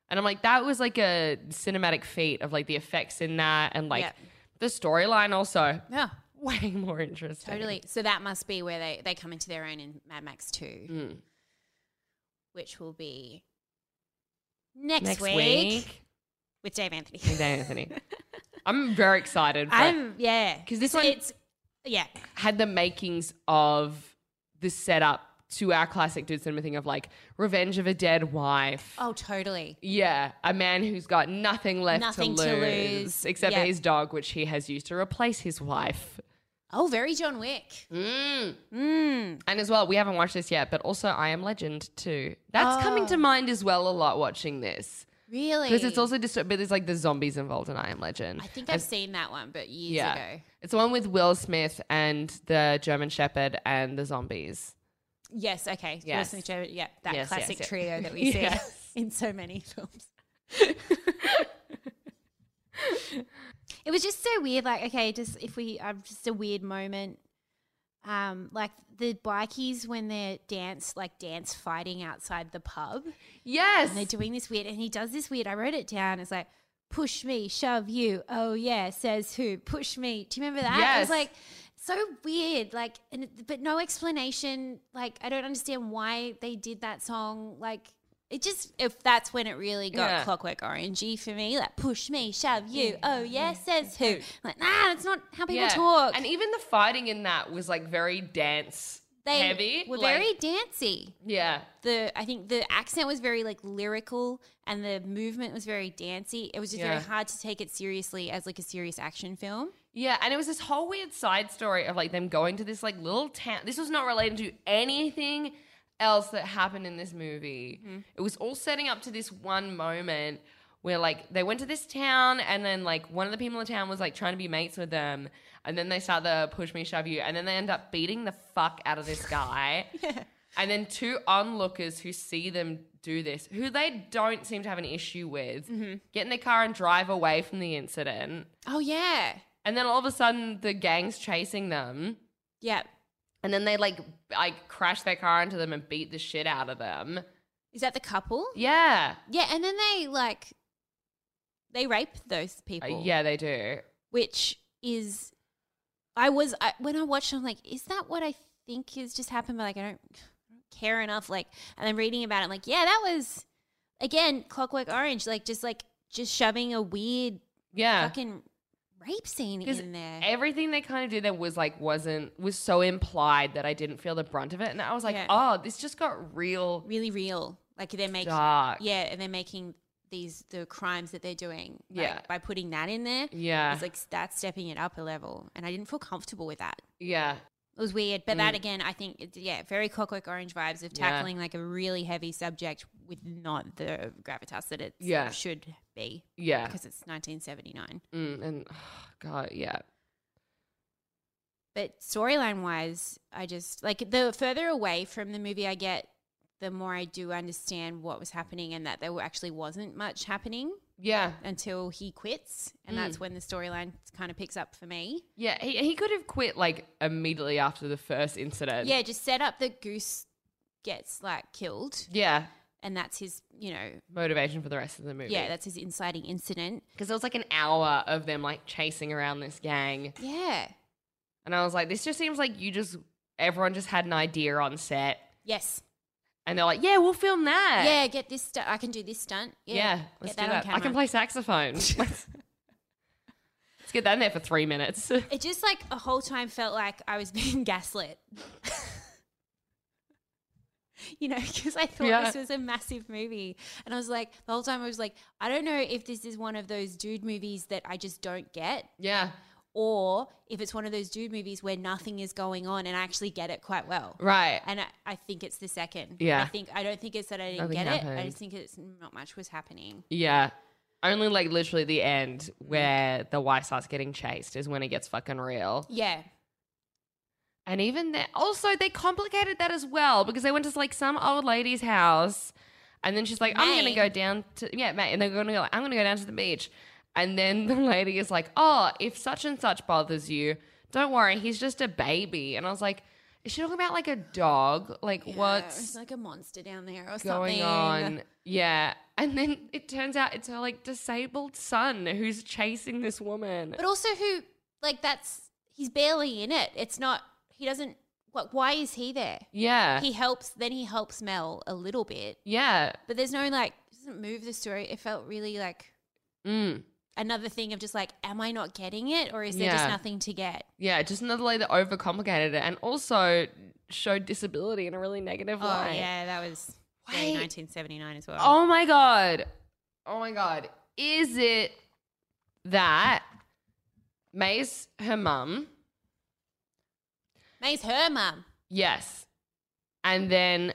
and I'm like, that was like a cinematic feat of like the effects in that and like. Yep. The storyline also yeah [laughs] way more interesting. totally so that must be where they they come into their own in Mad Max 2 Mm. which will be next, Next week, week. with Dave Anthony with [laughs] Anthony. I'm very excited. For it. I'm yeah 'Cause this one- it's yeah Had the makings of the setup to our classic dude cinema thing of like revenge of a dead wife. oh totally Yeah, a man who's got nothing left Nothing to, to lose, lose. except Yeah. for his dog, which he has used to replace his wife. oh very John Wick Mm. mm. And as well, we haven't watched this yet, but also I Am Legend too. That's Oh. coming to mind as well a lot watching this really because it's also just but there's like the zombies involved in I Am Legend. I think I've seen that one but years ago It's the one with Will Smith and the German Shepherd and the zombies. yes okay Yes. Wilson and Joe- yeah that Yes, yes, classic yes. trio that [laughs] we see Yes. in so many films [laughs] it was just so weird like okay just if we um, just a weird moment um, like the bikies when they're dance like dance fighting outside the pub Yes. and they're doing this weird and he does this weird i wrote it down it's like push me shove you oh yeah says who push me do you remember that it was Yes. like so weird like and it- but no explanation like i don't understand why they did that song like it just if that's when it really got Yeah. clockwork orangey for me like push me shove you oh yeah says who like nah that's not how people Yeah. talk And even the fighting in that was like very dance they heavy. were like- very dancey Yeah. the I think the accent was very like lyrical and the movement was very dancey. It was just very Yeah. hard to take it seriously as like a serious action film. Yeah. And it was this whole weird side story of like them going to this like little town. This was not related to anything else that happened in this movie. It was all setting up to this one moment where like they went to this town and then like one of the people in the town was like trying to be mates with them. And then they start the push me, shove you. And then they end up beating the fuck out of this guy. And then two onlookers who see them do this, who they don't seem to have an issue with, get in their car and drive away from the incident. Oh yeah. And then all of a sudden, the gang's chasing them. Yeah. And then they like like crash their car into them and beat the shit out of them. Is that the couple? Yeah, Yeah, and then they like they rape those Uh, people. yeah, they do. Which is I was I, when I watched it, I'm like, is that what I think has just happened? But like I don't, [sighs] I don't care enough. Like and I'm reading about it, I'm like, yeah, that was again, Clockwork Orange, like just like just shoving a weird Yeah, fucking rape scene 'Cause in there. everything they kind of did there was like wasn't was so implied that I didn't feel the brunt of it, and I was like, Yeah. oh, this just got real really real. Like they're making dark. yeah, and they're making these the crimes that they're doing. like, Yeah. by putting that in there, yeah, it's like that's stepping it up a level, and I didn't feel comfortable with that. yeah. It was weird, but that again, I think it's yeah, very Clockwork Orange vibes of Mm. Yeah. tackling like a really heavy subject with not the gravitas that it Yeah. should be Yeah. because it's 1979. Mm, and [sighs] God, yeah. But storyline wise, I just like the further away from the movie I get, the more I do understand what was happening and that there actually wasn't much happening. Yeah. until he quits, and Mm. that's when the storyline kind of picks up for me. Yeah. He, he could have quit like immediately after the first incident. Yeah, just set up the goose gets like killed, Yeah. and that's his, you know, Motivation for the rest of the movie. yeah, that's his inciting incident. Because there was like an hour of them like chasing around this gang. Yeah. And I was like, this just seems like you just, everyone just had an idea on set. Yes. And they're like, yeah, we'll film that. Yeah, get this. Stu- I can do this stunt. Yeah, Yeah. let's get that, do that. on I can camera. play [laughs] saxophone. let's, let's get that in there for three minutes. [laughs] It just like a whole time felt like I was [laughs] being gaslit. you know, because I thought Yeah. this was a massive movie. And I was like, the whole time I was like, I don't know if this is one of those dude movies that I just don't get, yeah. or if it's one of those dude movies where nothing is going on and I actually get it quite well. Right. And I, I think it's the second. Yeah. I think I don't think it's that I didn't Nothing get it. I happened. just think it's not much was happening. Yeah. Only like literally the end Mm. where the wife starts getting chased is when it gets fucking real. Yeah. And even that, also they complicated that as well because they went to like some old lady's house, and then she's like, "I'm gonna Maine. go down to yeah, Maine," and they're gonna go, like, "I'm gonna go down to the beach," and then the [laughs] lady is like, "Oh, if such and such bothers you, don't worry, he's just a baby." And I was like, "Is she talking about like a dog? Like It's what's like a monster down there or going something. on?" Yeah. And then it turns out it's her like disabled son who's chasing this woman. But also, who like that's he's barely in it. It's not he doesn't. Like, why is he there? Yeah. He helps. Then he helps Mel a little bit, yeah. but there's no like doesn't move the story. It felt really like Mm. another thing of just like, am I not getting it, or is there just Yeah. nothing to get? Yeah, just another way that overcomplicated it and also showed disability in a really negative Oh, light. that was very Wait. 1979 as well. Oh my God. Oh my God. Is it that May's her mum? May's her mum. Yes. And then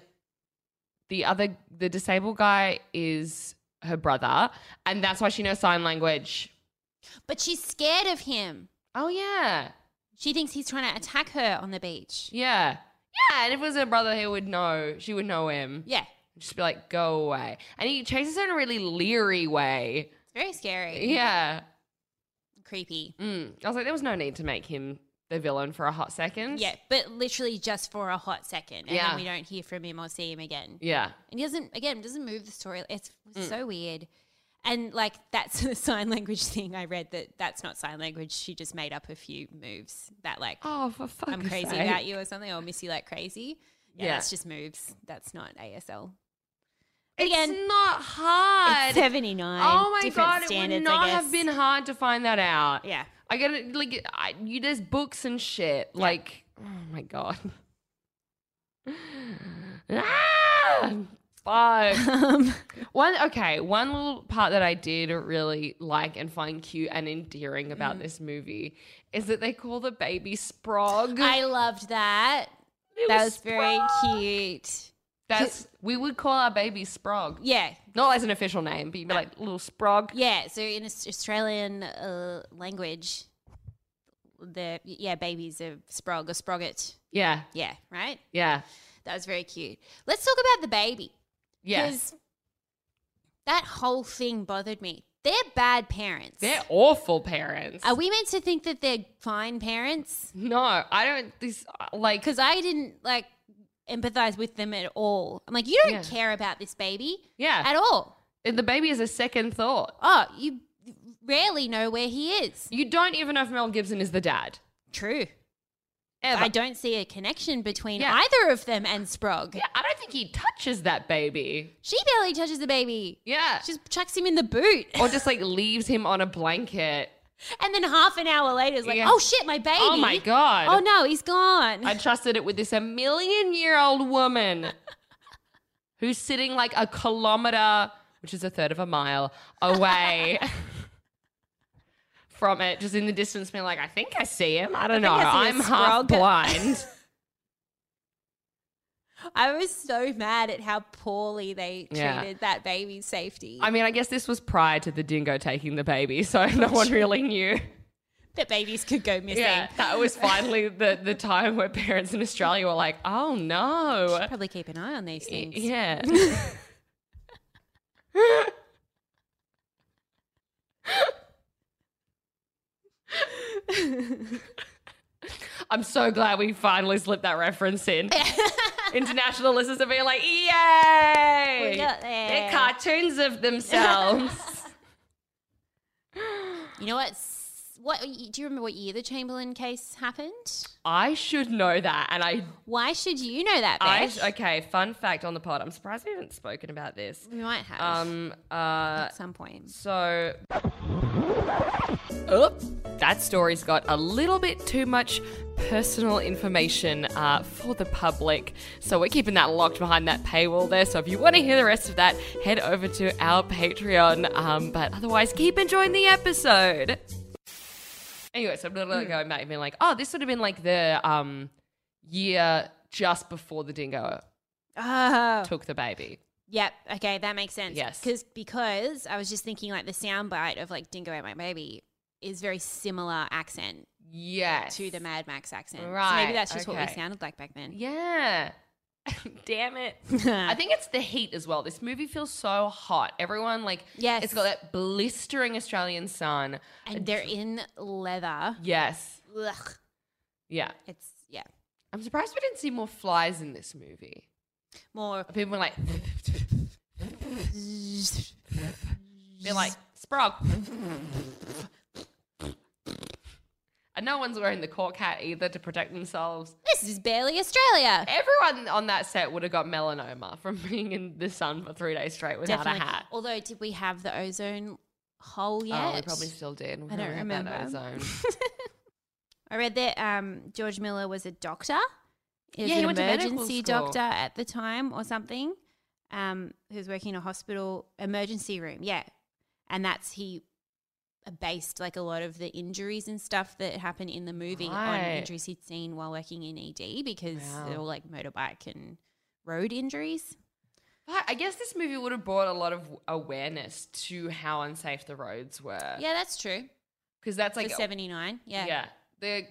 the other, the disabled guy is her brother. And that's why she knows sign language. but she's scared of him. Oh, yeah. She thinks he's trying to attack her on the beach. Yeah. Yeah. And if it was her brother, he would know, she would know him. Yeah, Just be like, go away. And he chases her in a really leery way. it's very scary. Yeah. creepy. Mm. I was like, there was no need to make him the villain for a hot second. Yeah, but literally just for a hot second, and Yeah. then we don't hear from him or see him again. Yeah. And he doesn't again doesn't move the story. It's Mm. so weird, and like that's [laughs] the sign language thing I read that that's not sign language. She just made up a few moves that like Oh, for fuck's I'm crazy sake. about you or something or miss you like crazy. Yeah, Yeah. that's just moves. That's not ASL. But It's again, not hard. it's 79. oh my different god, it would standards, I not guess. have been hard to find that out. [laughs] Yeah. I got it. Like, I, you there's books and shit. Like, oh my god. [laughs] ah, [laughs] fuck. Um, One okay, one little part that I did really like and find cute and endearing about Mm. this movie is that they call the baby Sprog. I loved that. It That was was very Sprog. cute. That's we would call our baby Sprog, Yeah, not as an official name, but you'd be like little Sprog. Yeah, so in Aus- Australian uh, language, the yeah babies are sprog or sprogget. Yeah, Yeah, right. yeah, That was very cute. Let's talk about the baby yes. that whole thing bothered me. They're bad parents. They're awful parents. are we meant to think that they're fine parents? no, I don't. This like Because I didn't like empathize with them at all. I'm like, you don't Yeah. care about this baby yeah, at all. the baby is a second thought. Oh, you rarely know where he is. You don't even know if Mel Gibson is the dad. True. Ever. I don't see a connection between Yeah. either of them and Sprog. Yeah, I don't think he touches that baby. She barely touches the baby. Yeah. She just chucks him in the boot. [laughs] or just like leaves him on a blanket. And then half an hour later, it's like, Yeah. oh shit, my baby. Oh my god. Oh no, he's gone. I trusted it with this a million year old woman who's sitting like a kilometer, which is a third of a mile, [laughs] away from it, just in the distance, being like, I think I see him. I don't know. I see a I'm half [laughs] sprog." blind. I was so mad at how poorly they treated Yeah. that baby's safety. I mean, I guess this was prior to the dingo taking the baby, so no one really [laughs] knew. that babies could go missing. Yeah, that was finally the, the time where parents in Australia were like, oh no. [laughs] Probably keep an eye on these things. Yeah. I'm so glad we finally slipped that reference in. International listeners are being like, yay! We got there. They're cartoons of themselves. You know what? S- What do you remember? What year the Chamberlain case happened? I should know that, and I Why should you know that, I Beth? okay. Fun fact on the pod. I'm surprised we haven't spoken about this. we might have Um. Uh. at some point. So. Oop. That story's got a little bit too much personal information uh, for the public. So we're keeping that locked behind that paywall there. So if you want to hear the rest of that, head over to our Patreon. Um, but otherwise, keep enjoying the episode. Anyway, so I'm not going back and being like, oh, this would have been like the um, year just before the dingo Oh, took the baby. yep. Okay, that makes sense. Yes. because because I was just thinking like the soundbite of like "Dingo ate my baby" is very similar accent Yes. to the Mad Max accent. so Right, maybe that's just what we okay. sounded like back then. Yeah. Damn it. [laughs] I think it's the heat as well. This movie feels so hot. Everyone like Yes. it's got that blistering Australian sun. and they're in leather. Yes. Ugh. Yeah. It's yeah, I'm surprised we didn't see more flies in this movie. more People were like They're like Sprog. and no one's wearing the cork hat either to protect themselves. this is barely Australia. Everyone on that set would have got melanoma from being in the sun for three days straight without Definitely. a hat. Although, did we have the ozone hole yet? Oh, we probably still did. We I don't haven't had that remember. ozone. [laughs] I read that um, George Miller was a doctor. He was Yeah, an he went to medical emergency school. doctor at the time or something. Um, who was working in a hospital emergency room. Yeah. And that's he based like a lot of the injuries and stuff that happened in the movie on Right. injuries he'd seen while working in ED because Wow. they're all like motorbike and road injuries. But I guess this movie would have brought a lot of awareness to how unsafe the roads were. Yeah, that's true. Because that's Like Uh, like. For 79. Yeah. yeah. The,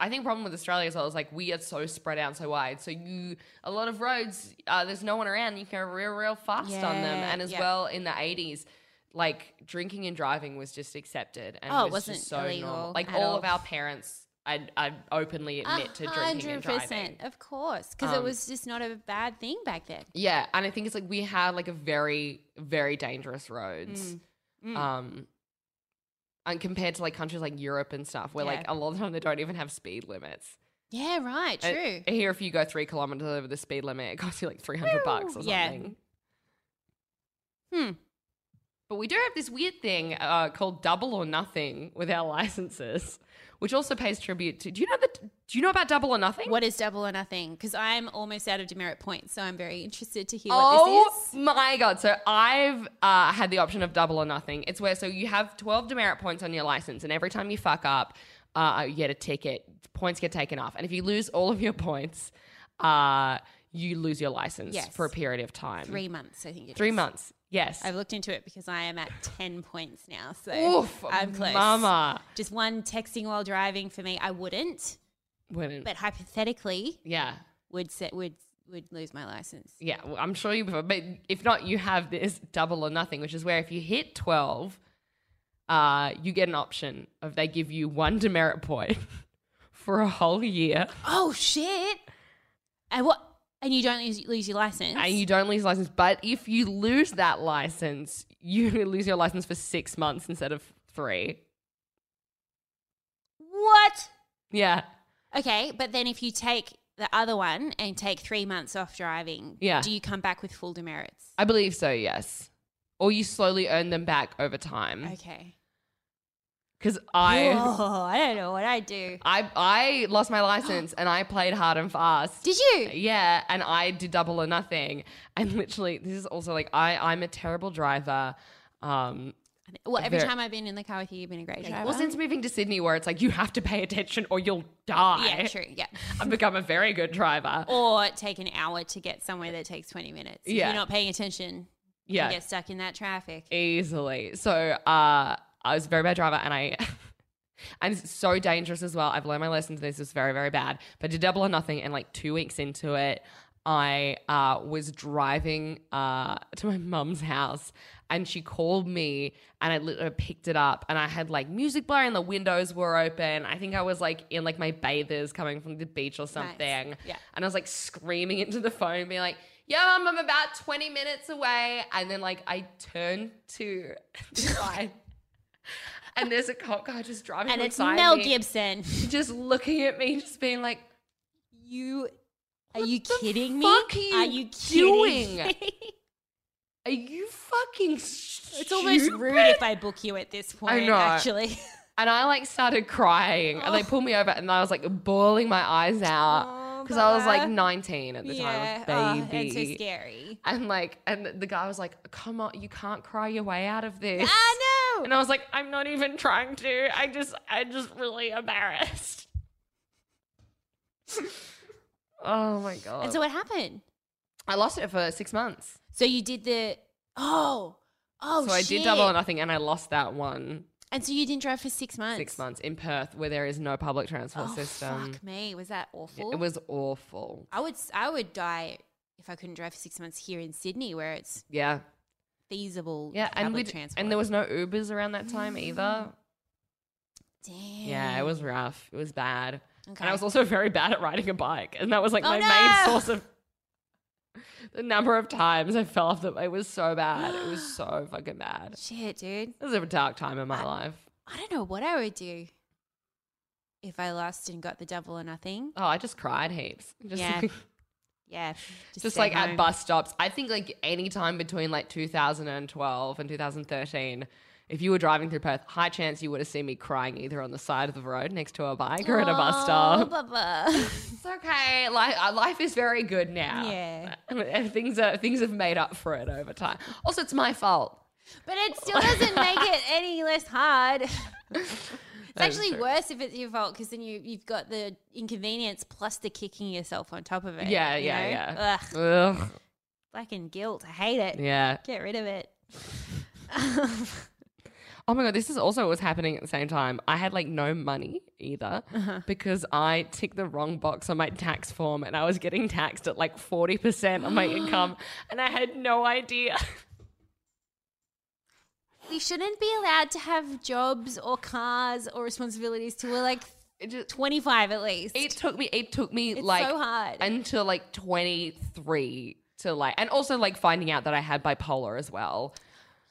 I think problem with Australia as well is like we are so spread out and so wide. So you, a lot of roads, uh, there's no one around. You can go real, real fast on them. Yeah, And as yeah. well in the 80s, like drinking and driving was just accepted. And Oh, it was just wasn't so normal. illegal Like at all all. of our parents, I, I openly admit to drinking and driving. of course, because it Um, was just not a bad thing back then. Yeah, and I think it's like we had like a very very dangerous Mm. roads. Um and compared to like countries like Europe and stuff where Yeah. like a lot of the time they don't even have speed limits. Yeah, right. True. And here if you go 3 kilometers over the speed limit it costs you like 300 bucks or Yeah. something. Hmm. But we do have this weird thing uh, called double or nothing with our [laughs] licenses, which also pays tribute to Do you know that do you know about double or nothing? What is double or nothing? Because I'm almost out of demerit points, so I'm very interested to hear oh what this is. my god! So I've uh, had the option of double or nothing. It's where so you have twelve demerit points on your license, and every time you fuck up, uh, you get a ticket. Points get taken off, and if you lose all of your points, uh, you lose your license Yes. for a period of time. Three months, I think. it Three is. months. Yes. I've looked into it because I am at ten points now, so Oof, I'm close. mama. Just one texting while driving for me, I wouldn't, Wouldn't. but hypothetically yeah. would set would would lose my license. Yeah, well, I'm sure you. But if not, you have this double or nothing, which is where if you hit twelve, uh, you get an option of they give you one demerit point [laughs] for a whole year, Oh shit! And what? And you don't lose, lose your license. and you don't lose your license. But if you lose that license, you [laughs] lose your license for six months instead of three. what? Yeah, Okay, but then if you take the other one and take three months off driving, Yeah. do you come back with full demerits? I believe so. Yes, or you slowly earn them back over time. Okay. Because I. Whoa, I don't know what I do. I, I lost my license and I played hard and fast. Did you? Yeah, and I did double or nothing. And literally, this is also like I I'm a terrible driver. Um, Well, every Very- time I've been in the car with you, you've been a great driver. well, since moving to Sydney, where it's like you have to pay attention or you'll die. yeah, true. Yeah. [laughs] I've become a very good driver. Or take an hour to get somewhere that takes 20 minutes. If Yeah. you're not paying attention, Yeah, you get stuck in that traffic. easily. So uh, I was a very bad driver, and I. [laughs] And it's so dangerous as well. I've learned my lesson to this. It's very, very bad. But I did double or nothing, and like two weeks into it, I uh, was driving uh, [laughs] to my mum's house and she called me and I lit- uh, picked it up and I had like music blaring, the windows were open. I think I was like in like my bathers coming from the beach or something. Yeah. And I was like screaming [laughs] into the phone, being like, yeah, mum, I'm about 20 minutes away. And then like I turned to [laughs] the side and there's a cop car just driving and it's beside Mel me, Gibson. Just looking at me, just being like, You are you kidding me? fuck are you are you kidding? doing? me? Are you fucking stupid? [laughs] it's almost rude if I book you at this point. know. [laughs] Actually, And I like started crying, and they pulled me over, and I was like bawling my eyes out Oh, because I was like Bella. 19 at the oh, time, baby. and so scary. And like, and the guy was like, "Come on, you can't cry your way out of this." I know. And I was like, "I'm not even trying to. I just, I just really embarrassed." [laughs] oh my god! And so what happened? I lost it for six months. So you did the oh oh. so I shit. did double or nothing, and I lost that one And so you didn't drive for six months. six months in Perth, where there is no public transport Oh system. fuck me! Was that awful? It was awful. I would. s- I would die if I couldn't drive for six months here in Sydney, where it's Yeah, feasible. yeah, and we public transport. and there was no Ubers around that time either. Damn. Mm. Yeah, it was rough. It was bad, and Okay. I was also [laughs] very bad at riding a bike, and that was like Oh, my no! main source of [laughs] the number of times I fell off the. It was so bad. It [gasps] was so fucking bad. shit, dude. It was a dark time in my life. I don't know what I would do if I lost and got the double or nothing. Oh, I just cried heaps. [laughs] Just Yeah. Yeah, just, stay like home. at bus stops. I think like any time between like 2012 and 2013, if you were driving through Perth, high chance you would have seen me crying either on the side of the road next to a bike or at a bus Oh, stop. Bubba. It's okay. Life, life is very good now. Yeah. And [laughs] things are things have made up for it over time. Also, it's my fault. but it still doesn't make it [laughs] any less hard. it's actually worse if it's your fault because then you you've got the inconvenience plus the kicking yourself on top of it. Yeah, you yeah, know? yeah. Ugh, Ugh. fucking guilt. I hate it. Yeah. Get rid of [laughs] it. Oh my god, this is also what was happening at the same time. I had like no money either because I ticked the wrong box on my tax form and I was getting taxed at like 40% [gasps] of my income and I had no idea. [laughs] we shouldn't be allowed to have jobs or cars or responsibilities till we're like It just 25 at least. it took me it took me It's like so hard. until like 23 to like and also like finding out that I had bipolar as well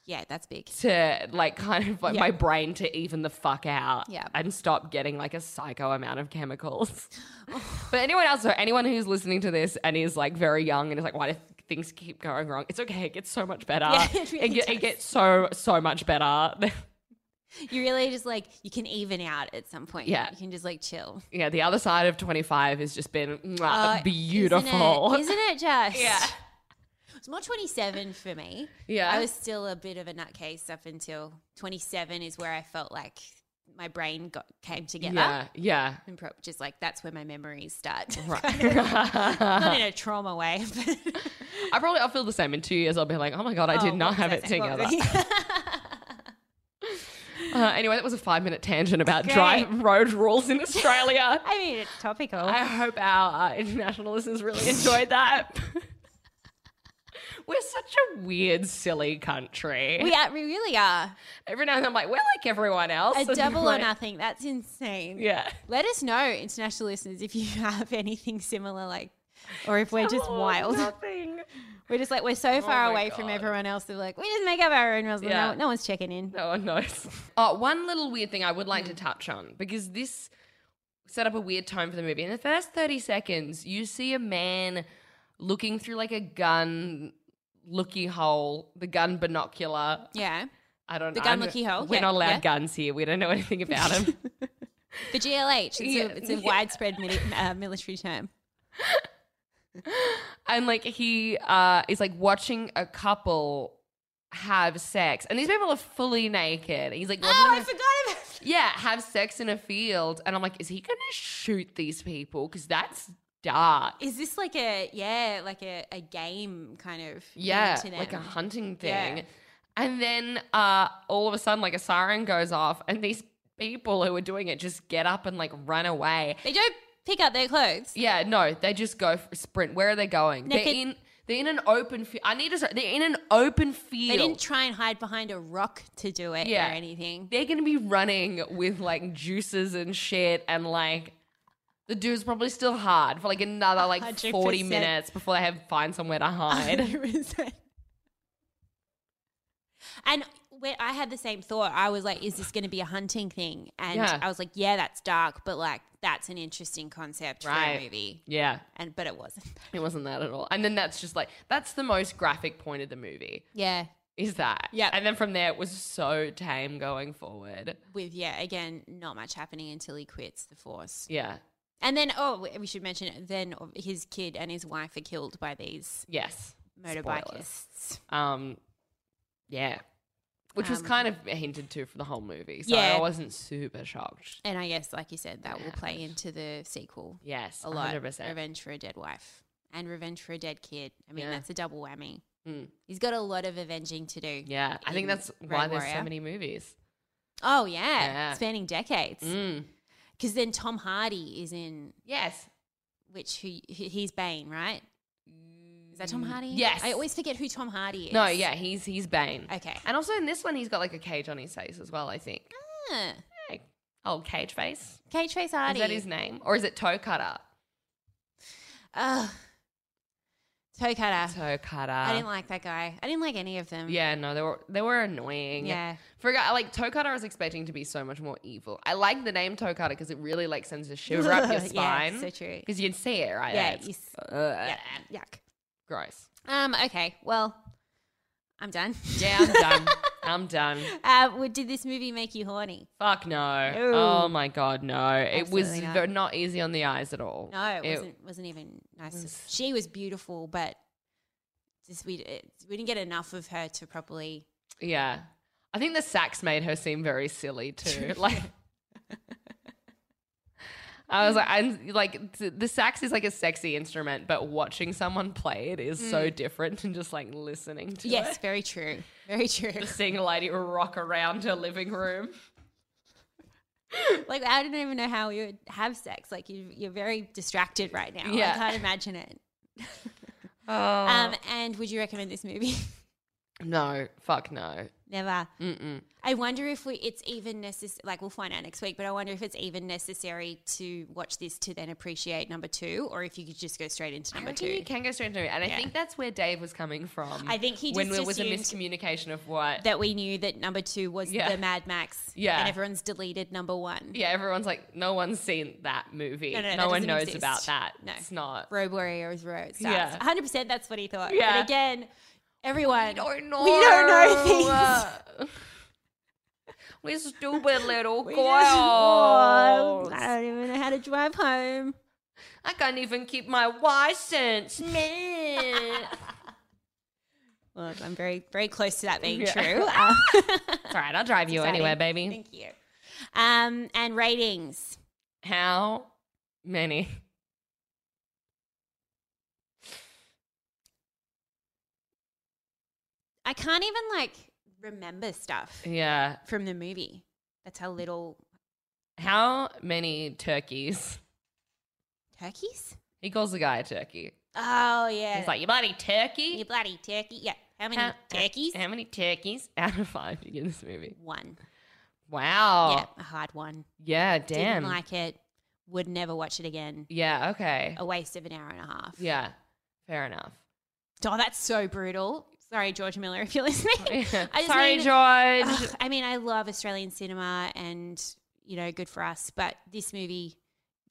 yeah, that's big. to like [laughs] kind of like Yeah. my brain to even the fuck out Yeah. and stop getting like a psycho amount of [laughs] chemicals. but anyone else or anyone who's listening to this and is like very young and is like, why do things keep going wrong? It's okay. It gets so much better. Yeah, [laughs] it really get- does. it gets so, so much better. [laughs] You really just like you can even out at some point. Yeah. you can just like chill. yeah. The other side of 25 has just been mwah, Uh, beautiful. isn't it, isn't it just? Yeah. It's more 27 for me. Yeah. I was still a bit of a nutcase up until 27 is where I felt like my brain got came [laughs] together. yeah. Yeah. And pro- just like that's where my memories start. [laughs] Right. [laughs] Not in a trauma way. But I probably I'll feel the same in two years. I'll be like, oh my god, I did Oh, not have what was it I saying? What together. was [laughs] Uh, anyway, that was a five minute tangent about Great. drive road rules [laughs] in Australia. I mean, it's topical. I hope our uh, international listeners really enjoyed that. [laughs] We're such a weird, silly country. we, are, we really are Every now and then, I'm like, we're like everyone else. a And I'm double or like, nothing. That's insane. Yeah. Let us know, international listeners, if you [laughs] have anything similar, like, or if we're [laughs] just Double or wild. Nothing. We're just like we're so far Oh, my away from God. everyone else. They're like, we just make up our own rules. Yeah. No, no one's checking in. No one knows. Oh, one little weird thing I would like to touch on because this set up a weird tone for the movie. In the first 30 seconds, you see a man looking through like a gun looky hole, the gun binocular. Yeah, I don't The know. gun I'm- looky hole, We're yeah, not allowed yeah. guns here. We don't know anything about [laughs] them. the GLH. It's Yeah, a, it's [laughs] a yeah. widespread mili- uh, military term. and like he uh, is like watching a couple have sex, and these people are fully naked. He's like, watching Oh, them I have- forgot about. yeah, have sex in a field. And I'm like, is he going to shoot these people? Because that's dark. Is this like a yeah, like a, a game kind of? thing Yeah, to like a them? hunting Yeah. thing. And then uh, all of a sudden, like a siren goes off, and these people who are doing it just get up and like run away. They don't pick up their clothes. Yeah, no, they just go for a sprint. Where are they going? They're Naked. in. They're in an open. Fi- I need to. start- They're in an open field. They didn't try and hide behind a rock to do it Yeah. or anything. they're gonna be running with like juices and shit, and like the dude's probably still hard for like another like forty 100%. minutes before they have find somewhere [laughs] to hide. 100%. and when I had the same thought. I was like, is this going to be a hunting thing? And Yeah. I was like, yeah, that's dark, but like, that's an interesting concept for Right. a movie. yeah, And But it wasn't. it wasn't that at all. And then that's just like that's the most graphic point of the movie Yeah. is that. Yeah. and then from there it was so tame going forward. With, yeah, again, not much happening until he quits the force. Yeah. And then, oh, we- we should mention it, then oh, his kid and his wife are killed by these Yes. Spoilers. motorbikists. Um, yeah. Which was Um, kind of hinted to for the whole movie, so yeah. I wasn't super shocked. And I guess, like you said, that will Yeah. play into the sequel Yes, a lot. 100%. Revenge for a dead wife and revenge for a dead kid. I mean, Yeah. that's a double whammy. Mm. He's got a lot of avenging to do. Yeah, I think in that's Road why there's Warrior. so many movies. Oh yeah, Yeah. spanning decades. Mm. Because then Tom Hardy is in Yes. which who he- he's Bane, right? Is that Tom Hardy? Mm. Yes. I always forget who Tom Hardy is. No, yeah, he's he's Bane. Okay. And also in this one, he's got like a cage on his face as well. I think. Ah, Like, old cage face. Kate Trace Hardy. Is that his name, or is it toe cutter? Ugh. Toe cutter. Toe cutter. I didn't like that guy. I didn't like any of [laughs] them. Yeah, no, they were they were annoying. Yeah. For a guy- like toe cutter, I was expecting to be so much more evil. I like the name toe cutter because it really like sends a shiver [laughs] up your Yeah, spine. so true. Because you'd see it, right? Yeah, It's- you s- Ugh. Yeah. Yuck. Gross. Um, okay. Well, I'm done. Yeah, I'm done. I'm done. [laughs] uh, well, did this movie make you horny? Fuck no. No. Oh my god, no. it was Absolutely not. not. not easy on the eyes at all. No, it, wasn't. Wasn't even nice. was- She was beautiful, but just we it, we didn't get enough of her to properly. Yeah. I think the sax made her seem very silly [laughs] too. like I was like, I'm like th- the sax is like a sexy instrument, but watching someone play it is so different than just like listening to Mm. yes, it. very true. Very [laughs] true. Just seeing a lady rock around her living room. [laughs] like I don't even know how you would have sex. Like you, you're very distracted right now. I Yeah. can't imagine it. [laughs] Oh. Um, and would you recommend this movie? [laughs] no, fuck no. Never. Mm-mm. I wonder if we it's even necessary. Like we'll find out next week, but I wonder if it's even necessary to watch this to then appreciate number two, or if you could just go straight into I number reckon two. You can go straight into it, and I think that's where Dave was coming from. I think he when just there was a assumed miscommunication of what. That we knew that number two was Yeah. the Mad Max, Yeah. and everyone's deleted number one. yeah, everyone's like, no one's seen that movie. No, No, no, that one doesn't knows exist. about that. No. It's not. Road Warrior is Road Stars. Yeah. hundred percent. That's what he thought. Yeah. But again, everyone, We [laughs] don't know. we don't know [laughs] things. things. We're stupid little We girls. just- Oh, I don't even know how to [laughs] drive home. I can't even keep my license, man. Well, I'm very, very close to that [laughs] being Yeah. true. Um, it's all right. I'll drive you anywhere, baby. Thank you. Um, and ratings. How many? I can't even like remember stuff Yeah. from the movie. That's how little How many turkeys? turkeys. He calls the guy a turkey. Oh yeah, He's like, you bloody turkey. you bloody turkey. Yeah, how many How- eh, turkeys? How, many turkeys out of five you give this movie? one. Wow. Yeah, a hard one. Yeah, Oh. damn. Didn't like Oh. it. Would never watch it again. yeah, okay. A waste of an hour and a half. Yeah, fair [laughs] enough. Oh, that's so brutal. Sorry, George Miller, if [laughs] you're listening. just Sorry, mean- George. Ugh, I mean, I love Australian cinema and, you know, good for us. But this movie,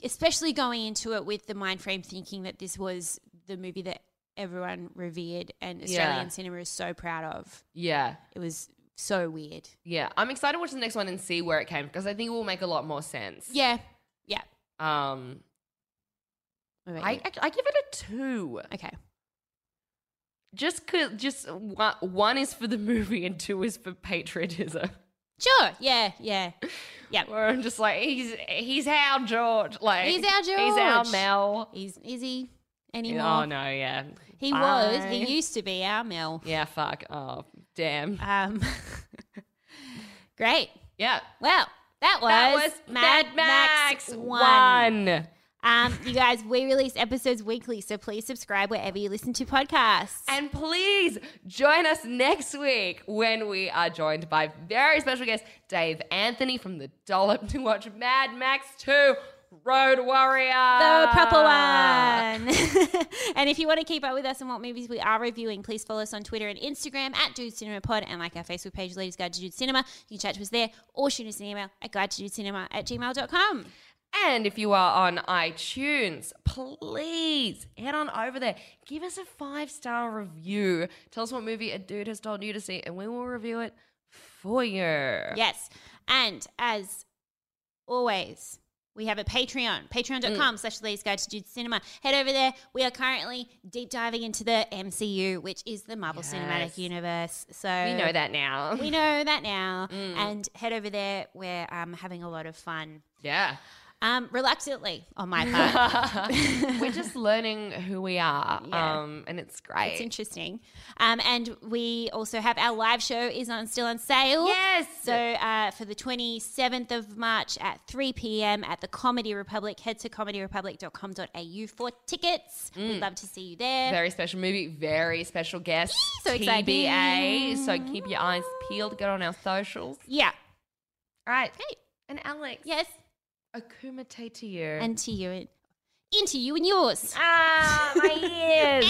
especially going into it with the mind frame thinking that this was the movie that everyone revered and Australian Yeah. cinema is so proud of, yeah, it was so weird. yeah. I'm excited to watch the next one and see where it came because I think it will make a lot more sense. Yeah. Yeah. Um, What about I, you? I I give it a two. okay. Just cause, just one, one is for the movie and two is for patriotism. [laughs] Sure. Yeah. Yeah. Where I'm just like, he's he's our George. Like He's our He's our George. Mel. He's, is he anymore? Oh no, yeah. He was. Bye. He used to be our Mel. Yeah, fuck. Oh, damn. Um, [laughs] great. Yeah. Well, that was, Mad, Max, 1. one. Um, you guys, we release episodes weekly, so please subscribe wherever you listen to podcasts. And please join us next week when we are joined by very special guest Dave Anthony from The Dollop to watch Mad Max 2 Road Warrior. the proper one. [laughs] and if you want to keep up with us and what movies we are reviewing, please follow us on Twitter and Instagram at Dude Cinema Pod and like our Facebook page, Ladies Guide to Dude Cinema. You can chat to us there or shoot us an email at guide to dude cinema at gmail.com. And if you are on iTunes, please head on over there. Give us a five star review. Tell us what movie a dude has told you to see, and we will review it for you. Yeah. Yes. And as always, we have a Patreon, Mm. patreon.com slash Ladies Guide to Dude Cinema. Head over there. We are currently deep diving into the MCU, which is the Marvel Cinematic Yes. Universe. So We know that Mm. now. We know that now. And head over there. We're um, having a lot of fun. [laughs] [laughs] yeah. Um, reluctantly, on my part. [laughs] We're just learning who we are. Um, and it's great. it's interesting. Um, and we also have our live show is on still on sale. Yes. So uh, for the 27th of March at 3 p.m. at the Comedy Republic, head to comedyrepublic.com.au for tickets. We'd love to see you there. Very special movie, very special guest. So exciting. TBA. So keep your eyes peeled. Get on our socials. yeah. All right. Hey. And Alex. Yes. Akumite to you. And to you. Into you and yours. [laughs] ah, my ears.